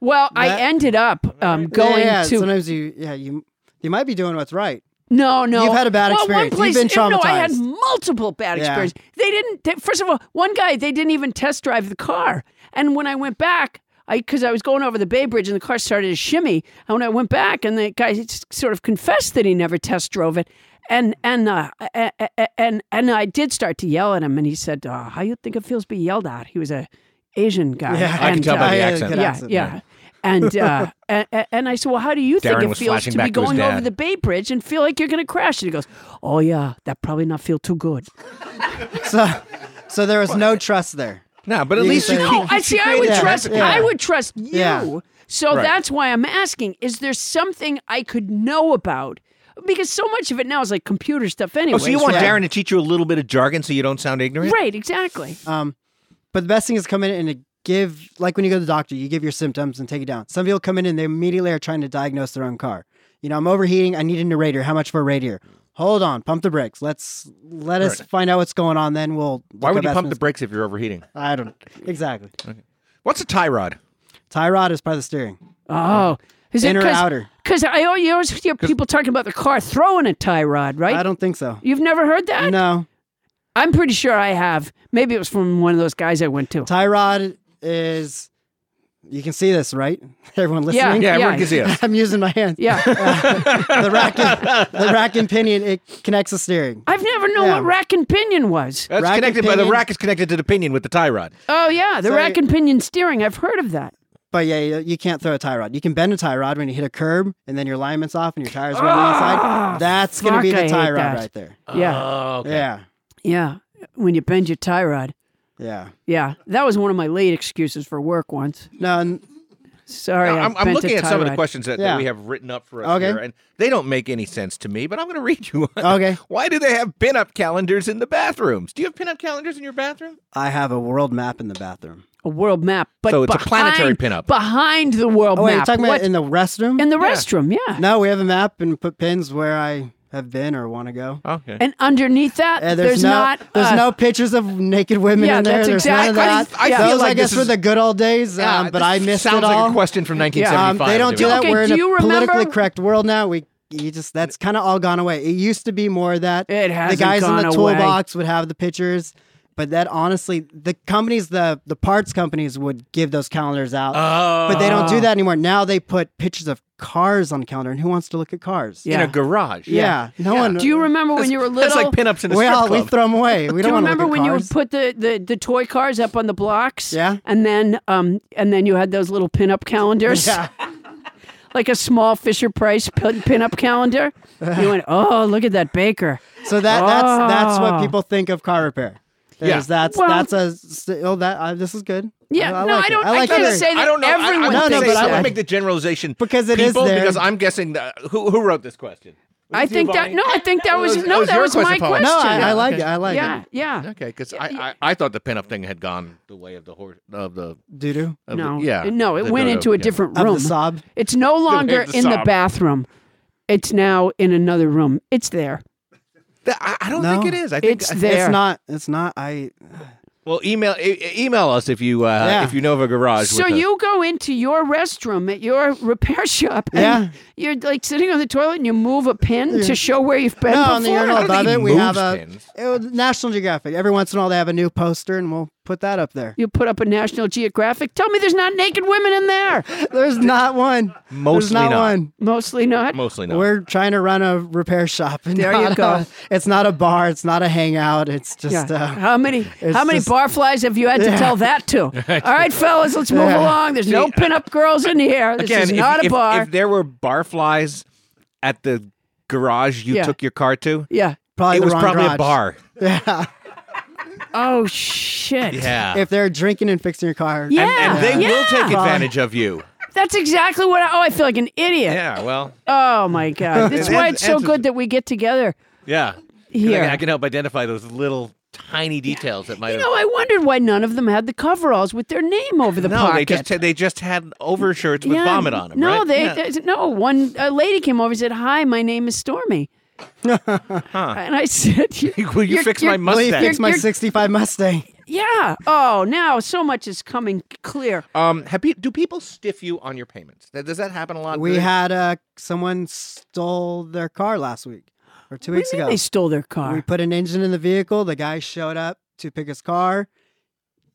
S1: Well, I
S8: That-
S1: ended up um, going
S8: yeah, yeah,
S1: to.
S8: sometimes you yeah you you might be doing what's right.
S1: No, no.
S8: You've had a bad
S1: well,
S8: experience.
S1: One
S8: You've
S1: place,
S8: been
S1: No, I had
S8: traumatized.
S1: multiple bad
S8: Yeah.
S1: experiences. They didn't. They, first of all, one guy they didn't even test drive the car, and when I went back. I, because I was going over the Bay Bridge and the car started to shimmy. And when I went back, and the guy s- sort of confessed that he never test drove it, and and uh, a- a- a- and and I did start to yell at him, and he said, oh, "How you think it feels to be yelled at?" He was a Asian guy.
S8: Yeah, I
S2: can
S1: And,
S2: tell by
S1: uh,
S2: the
S8: yeah,
S2: accent.
S8: good
S1: yeah,
S8: accent.
S1: yeah. And uh, and, and I said, well, how do you
S2: Darren
S1: think it
S2: was
S1: feels
S2: flashing
S1: to be
S2: back to his
S1: going over
S2: dad.
S1: the Bay Bridge and feel like you're going to crash? And he goes, oh yeah, that probably not feel too good.
S8: So so there was no trust there.
S2: No, but at
S8: You
S2: least you
S8: say-
S2: keep.
S1: No, Oh, I see. I would
S8: created
S1: trust.
S8: an empathy.
S1: I would trust you.
S8: Yeah.
S1: So that's why I'm asking: Is there something I could know about? Because so much of it now is like computer stuff, anyway.
S2: Oh, so you want
S8: Yeah.
S2: Darren to teach you a little bit of jargon so you don't sound ignorant?
S1: right? Exactly.
S8: Um, but the best thing is come in and to give, like when you go to the doctor, you give your symptoms and take it down. Some people come in and they immediately are trying to diagnose their own car. You know, I'm overheating. I need a new radiator. How much for a radiator? Hold on, pump the brakes. Let's let us find out what's going on. Then we'll.
S2: Why would you
S8: look up
S2: pump the
S8: estimates.
S2: brakes if you're overheating?
S8: I don't exactly.
S2: What's a tie rod?
S8: Tie rod is part of the steering.
S1: Oh, Is
S8: Inner
S1: it
S8: or
S1: cause,
S8: outer?
S1: Because I al- you always hear people talking about the car throwing a tie rod, right?
S8: I don't think so.
S1: You've never heard that?
S8: No.
S1: I'm pretty sure I have. Maybe it was from one of those guys I went to.
S8: Tyrod is. You can see this, right? Everyone
S1: Yeah,
S8: listening.
S1: yeah, everyone can
S9: see us.
S8: I'm using my hands.
S1: Yeah.
S8: Uh, the rack, and, the rack and pinion it connects the steering.
S1: I've never known
S8: Yeah. Uh,
S1: what rack and pinion was.
S9: That's
S8: Rack and
S9: connected by the
S8: pinion.
S9: rack is connected to the pinion with the tie rod.
S1: Oh yeah, the
S8: So-
S1: rack and pinion steering. I've heard of that.
S8: But yeah, you, you can't throw a tie rod. You can bend a tie rod when you hit a curb, and then your alignment's off and your tires running
S1: Ah,
S8: inside. That's gonna
S1: fuck,
S8: be
S1: I
S8: the
S1: hate
S8: tie rod
S1: that.
S8: right there.
S1: Yeah,
S8: Uh.
S9: Oh, okay.
S8: Yeah,
S1: yeah. When you bend your tie rod.
S8: yeah.
S1: Yeah, that was one of my late excuses for work once.
S8: No, and
S1: Sorry, I
S2: I'm, I'm
S1: bent
S2: looking
S1: a
S2: at
S1: tie
S2: some of the
S1: rod.
S2: questions that, that
S8: Yeah.
S2: we have written up for us
S8: Okay.
S2: here, and they don't make any sense to me. But I'm going to read you one.
S8: Okay.
S2: Why do they have pin-up calendars in the bathrooms? Do you have pin-up calendars in your bathroom?
S8: I have a world map in the bathroom.
S1: A world map, but
S2: So it's a
S1: behind-
S2: planetary pinup.
S1: behind the world
S8: Oh wait, you're
S1: map.
S8: talking about
S1: What-
S8: in the restroom?
S1: in the restroom, yeah.
S8: no, we have a map and put pins where I have been or want to go.
S2: Okay.
S1: And underneath that,
S8: And
S1: Oh, there's,
S8: no,
S1: not.
S8: there's
S1: uh,
S8: no pictures of naked women
S1: Yeah,
S8: in there.
S1: that's
S8: there's
S1: exactly-
S8: none
S1: I-
S8: of that.
S2: I feel
S8: Those, I
S2: like this
S8: guess, were
S2: is-
S8: the good old days. Um, but I missed
S2: sounds
S8: it all.
S2: like a question from 1975.
S8: Um, they don't do
S2: to me.
S8: that.
S1: Okay,
S8: We're in
S1: do
S8: a
S1: you
S8: politically
S1: remember-
S8: correct world now. We you just that's kind of all gone away. It used to be more of that
S1: It hasn't
S8: the guys
S1: gone
S8: in the
S1: away.
S8: toolbox would have the pictures, but that honestly, the companies, the the parts companies would give those calendars out, but they don't
S1: Oh.
S8: do that anymore. Now they put pictures of cars on the calendar, and who wants to look at cars?
S1: yeah.
S2: in a garage.
S8: yeah, no one.
S1: Do you remember when you were little?
S2: That's like pinups in a
S8: we
S2: strip
S8: all we
S2: club.
S8: throw them away. We
S1: do
S8: don't
S1: you
S8: want
S1: remember
S8: to look
S1: when
S8: at
S1: you
S8: cars.
S1: would put the, the, the toy cars up on the blocks?
S8: Yeah.
S1: And then um and then you had those little pinup calendars.
S8: Yeah.
S1: Like a small Fisher Price pin pinup calendar. You went, Oh, look at that baker.
S8: So that that's that's
S1: Oh.
S8: what people think of car repair.
S2: Yeah.
S8: Is that's
S1: Well-
S8: that's a still that uh, this is good.
S1: Yeah.
S8: I, I
S1: no,
S8: like
S1: I
S8: it.
S1: don't
S8: I like
S1: can't
S8: it.
S1: say that
S2: I don't know.
S1: everyone
S2: I, I,
S8: No,
S1: thinks
S8: no, but
S2: I
S8: I
S2: would
S8: like-
S2: make the generalization
S8: Because it
S2: people,
S8: is there.
S2: Because I'm guessing that, who who wrote this question?
S1: I think that no, I think that
S2: Oh,
S1: was
S2: it was-
S1: no,
S2: it was
S1: that
S2: your
S1: was my
S2: question, Paul.
S1: question.
S8: No, I, I
S2: Yeah,
S8: like
S2: okay.
S8: it. I like
S1: yeah,
S8: it.
S1: yeah.
S2: Okay, because I, I I thought the pinup thing had gone the way of the horse of the
S8: Doo doo.
S2: of
S1: No,
S2: the, yeah
S1: no, it
S2: the
S1: went
S2: dodo,
S1: into a
S2: yeah.
S1: different
S8: Of
S1: room.
S8: the sob.
S1: It's no longer
S7: the
S1: in the
S7: sob.
S1: bathroom. It's now in another room. It's there.
S2: Th- I, I don't
S8: No.
S2: think it is. I think
S1: It's
S2: I-
S1: there.
S8: It's not. It's not. I.
S2: Well, email e- email us if you uh,
S8: Yeah.
S2: if you know of a garage.
S1: So
S2: with a-
S1: you go into your restroom at your repair shop and
S8: Yeah.
S1: you're like sitting on the toilet and you move a pin to show where you've been
S8: No,
S1: before.
S8: on the urinal
S2: I don't
S8: above
S2: think
S8: it,
S2: he
S8: we have
S2: moves
S8: a
S2: pins.
S8: it was National Geographic. Every once in a while, they have a new poster, and we'll put that up there.
S1: you put up a National Geographic. Tell me there's not naked women in there.
S8: There's not one. There's
S2: Mostly
S8: not,
S2: not.
S8: one.
S1: Mostly not.
S2: mostly not.
S8: We're trying to run a repair shop. And
S1: There you
S8: not
S1: go.
S8: a- it's not a bar. It's not a hangout. It's
S1: Yeah.
S8: just. Uh,
S1: how many
S8: it's
S1: how many
S8: just-
S1: barflies have you had to tell that to? All right, fellas, let's move
S8: Yeah.
S1: along. There's no pinup girls in here. This
S2: Again,
S1: is
S2: if,
S1: not a
S2: if-
S1: bar.
S2: if there were barflies at the garage you
S1: Yeah.
S2: took your car to,
S1: yeah.
S8: Probably
S2: it
S8: the
S2: was
S8: wrong
S2: probably a
S8: garage.
S2: bar.
S8: Yeah.
S1: Oh shit.
S2: Yeah.
S8: if they're drinking and fixing your car.
S1: Yeah.
S2: and, and they will
S1: yeah.
S2: take advantage of you.
S1: That's exactly what I. Oh, I feel like an idiot.
S2: Yeah, well,
S1: Oh my god. That's
S2: It
S1: why
S2: ends-
S1: it's so
S2: ends with-
S1: good that we get together
S2: yeah. 'Cause
S1: here.
S2: I, can- I can help identify those little tiny details that might
S1: you
S2: have.
S1: know, I wondered why none of them had the coveralls with their name over the
S2: no,
S1: pocket.
S2: they just had, they just had overshirts with
S1: Yeah.
S2: vomit on them.
S1: No,
S2: right?
S1: they,
S2: Yeah.
S1: they- no. One a lady came over and said, "Hi, my name is Stormy," and I said, "You-
S2: Will you
S1: you're-
S2: fix
S1: you're-
S2: my
S8: Will you
S2: mustache?
S8: fix my
S1: You're-
S8: 65 Mustang?
S1: "Yeah." Oh, now so much is coming clear.
S2: Um, have pe- do people stiff you on your payments? Th- Does that happen a lot? Do
S8: We
S2: they-
S8: had uh, someone stole their car last week or two
S1: What
S8: weeks
S1: do you mean
S8: ago.
S1: they stole their car.
S8: We put an engine in the vehicle. The guy showed up to pick his car.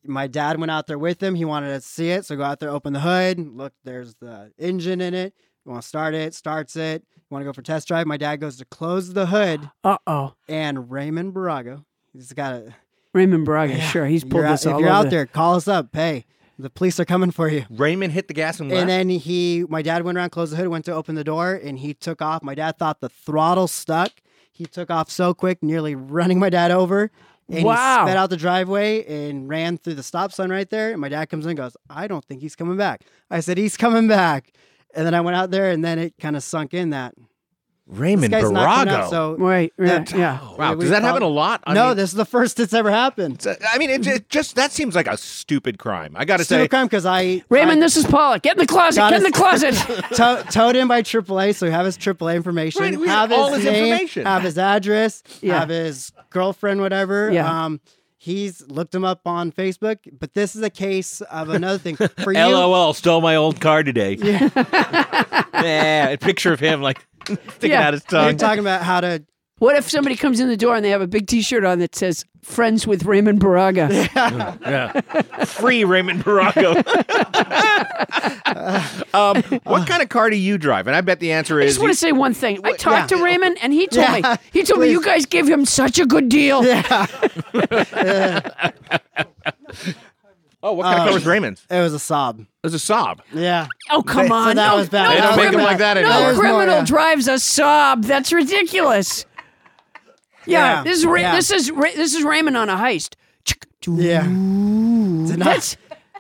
S8: My dad went out there with him. He wanted to see it, so go out there, open the hood. Look, there's the engine in it. You want to start it? Starts it. You want to go for a test drive? My dad goes to close the hood,
S1: uh oh,
S8: and Raymond Barago, he's got a.
S1: Raymond Braga. Sure, he's
S8: If
S1: pulled
S8: you're out-
S1: this all
S8: If you're
S1: over
S8: out
S1: the-
S8: there, call us up. Hey, the police are coming for you.
S2: Raymond hit the gas and left.
S8: And then he, my dad went around, closed the hood, went to open the door, and he took off. My dad thought the throttle stuck. He took off so quick, nearly running my dad over. And
S1: Wow.
S8: he sped out the driveway and ran through the stop sign right there. And my dad comes in and goes, I don't think he's coming back. I said, He's coming back. And then I went out there, and then it kind of sunk in that this
S2: Raymond
S8: guy's not coming
S2: Barago.
S8: out. So
S1: Right. right,
S8: That-
S1: yeah.
S2: wow,
S8: we
S2: does that happen a
S8: prob-
S2: lot? I
S8: no,
S2: mean,
S8: this is the first it's ever happened.
S2: it's a- I mean, it, it just that seems like a stupid crime. I got to
S8: Still
S2: say,
S8: a crime because I
S1: Raymond,
S8: I,
S1: this is Paula. Get in the closet.
S8: Got
S1: Get in the
S8: us-
S1: closet.
S8: to- towed in by AAA, so we have his AAA information.
S2: Right, we
S8: have
S2: have all his
S8: name,
S2: information.
S8: Have his address.
S1: Yeah.
S8: Have his girlfriend, whatever.
S1: Yeah.
S8: Um, he's looked him up on Facebook. But this is a case of another thing for you.
S2: LOL stole my old car today. yeah, a picture of him like sticking
S1: Yeah.
S2: out his
S8: You're
S2: tongue.
S8: talking about how to.
S1: What if somebody comes in the door and they have a big T-shirt on that says "Friends with Raymond Baraga"?
S2: Yeah. Free Raymond Baracco. um, what kind of car do you drive? And I bet the answer
S1: I
S2: is
S1: just want to say one thing. I talked to Raymond, and he told
S8: Yeah,
S1: me he told me you
S8: please.
S1: guys gave him such a good deal.
S8: Yeah,
S2: oh, what kind of car was Raymond's? It
S8: it was a sob.
S2: was a Saab.
S8: Yeah,
S1: Oh come
S8: So
S1: on!
S8: that
S1: no,
S8: was bad.
S1: No
S8: They don't make 'em
S1: criminal-
S2: like that
S8: anymore.
S1: No
S8: There's more,
S1: criminal
S8: yeah.
S1: drives a Saab. That's ridiculous. Yeah,
S8: Yeah,
S1: this is Ra-
S8: yeah.
S1: this is Ra- this is Raymond on a heist.
S8: yeah. Did not,
S1: That's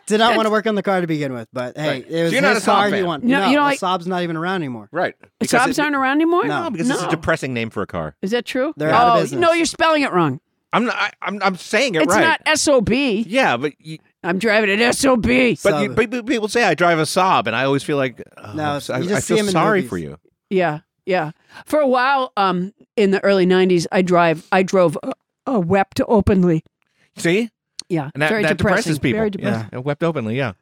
S8: did not want to work on the car to begin with, but hey,
S2: Right.
S8: it was
S2: So you're not
S8: his
S2: a Saab
S8: car he
S2: fan.
S8: wanted.
S1: No, you know, like-
S8: Saab's not even around anymore.
S2: Right.
S1: Saabs
S2: it-
S1: aren't around anymore.
S8: No.
S2: No, because this is a depressing name for a car.
S1: Is that true?
S8: They're
S1: oh,
S8: out of business.
S1: no, you're spelling it wrong.
S2: I'm not, I, I'm I'm saying it
S1: It's
S2: right.
S1: not S O B.
S2: yeah, but you,
S1: I'm driving an SOB.
S2: but, you,
S8: Saab.
S2: but but people say I drive a Saab, and I always feel like oh,
S8: No,
S2: I'm
S8: it's-
S2: so- I,
S8: you
S2: I
S8: just see
S2: feel
S8: 'em in
S2: sorry
S8: movies.
S2: for you.
S1: Yeah, yeah. For a while, um, in the early '90s, I drive. I drove. Uh, uh, wept openly.
S2: See,
S1: Yeah,
S2: and that,
S1: very
S2: that
S1: depressing.
S2: depresses people.
S1: Very depressing.
S2: Yeah, it wept openly. Yeah.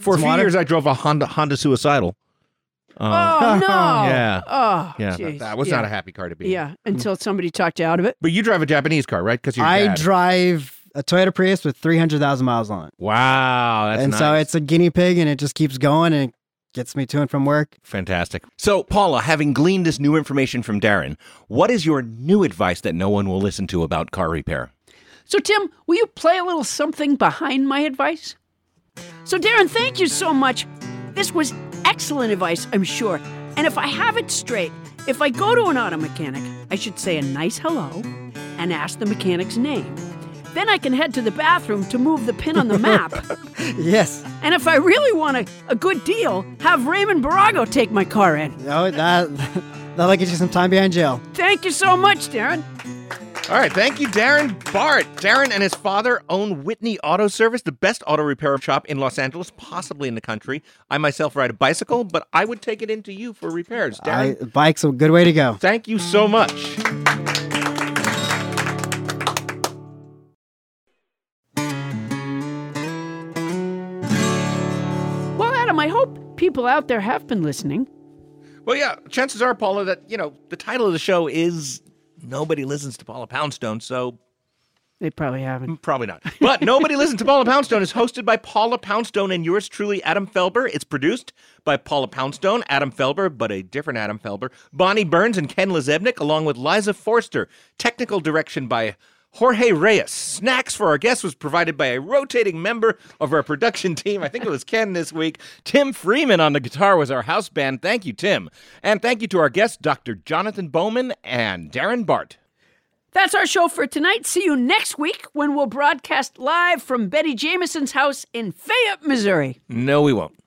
S2: For a
S8: Some
S2: few
S8: water?
S2: years, I drove a Honda Honda Suicidal. Um,
S1: Oh no!
S2: Yeah.
S1: Oh,
S2: yeah,
S1: jeez.
S2: that, that was
S1: yeah.
S2: not a happy Mm-hmm. car to be. in.
S1: Yeah, until somebody talked you out of it.
S2: But you drive a Japanese car, right? Because you're
S8: I
S2: dad.
S8: drive a Toyota Prius with 300,000 miles on it.
S2: Wow, that's
S8: and
S2: nice.
S8: so it's a guinea pig and it just keeps going and it gets me to and from work.
S2: fantastic. So, Paula, having gleaned this new information from Darren, what is your new advice that no one will listen to about car repair?
S1: So, Tim, will you play a little something behind my advice? So, Darren, thank you so much. This was excellent advice, I'm sure. And if I have it straight, if I go to an auto mechanic, I should say a nice hello and ask the mechanic's name. Then I can head to the bathroom to move the pin on the map.
S8: Yes.
S1: and if I really want a, a good deal, have Raymond Barago take my car in.
S8: Oh, that that'll get you some time behind jail.
S1: Thank you so much, Darren.
S2: All right, thank you, Darren Bart. Darren and his father own Whitney Auto Service, the best auto repair shop in Los Angeles, possibly in the country. I myself ride a bicycle, but I would take it into you for repairs.
S8: I,
S2: Darren,
S8: bike's a good way to go.
S2: thank you so much.
S1: Well, Adam, I hope people out there have been listening.
S2: Well, yeah, chances are, Paula, that, you know, the title of the show is Nobody Listens to Paula Poundstone, so
S1: They probably haven't.
S2: Probably not. But Nobody Listens to Paula Poundstone is hosted by Paula Poundstone and yours truly, Adam Felber. It's produced by Paula Poundstone, Adam Felber, but a different Adam Felber, Bonnie Burns and Ken Lazebnik, along with Liza Forster. Technical direction by Jorge Reyes. Snacks for our guests was provided by a rotating member of our production team. I think it was Ken this week. Tim Freeman on the guitar was our house band. Thank you, Tim. And thank you to our guests, Dr. Jonathan Bowman and Darren Bart.
S1: That's our show for tonight. See you next week when we'll broadcast live from Betty Jameson's house in Fayette, Missouri.
S2: No, we won't.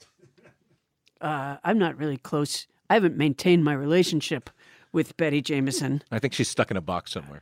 S1: Uh, I'm not really close. I haven't maintained my relationship with Betty Jameson.
S2: I think she's stuck in a box somewhere.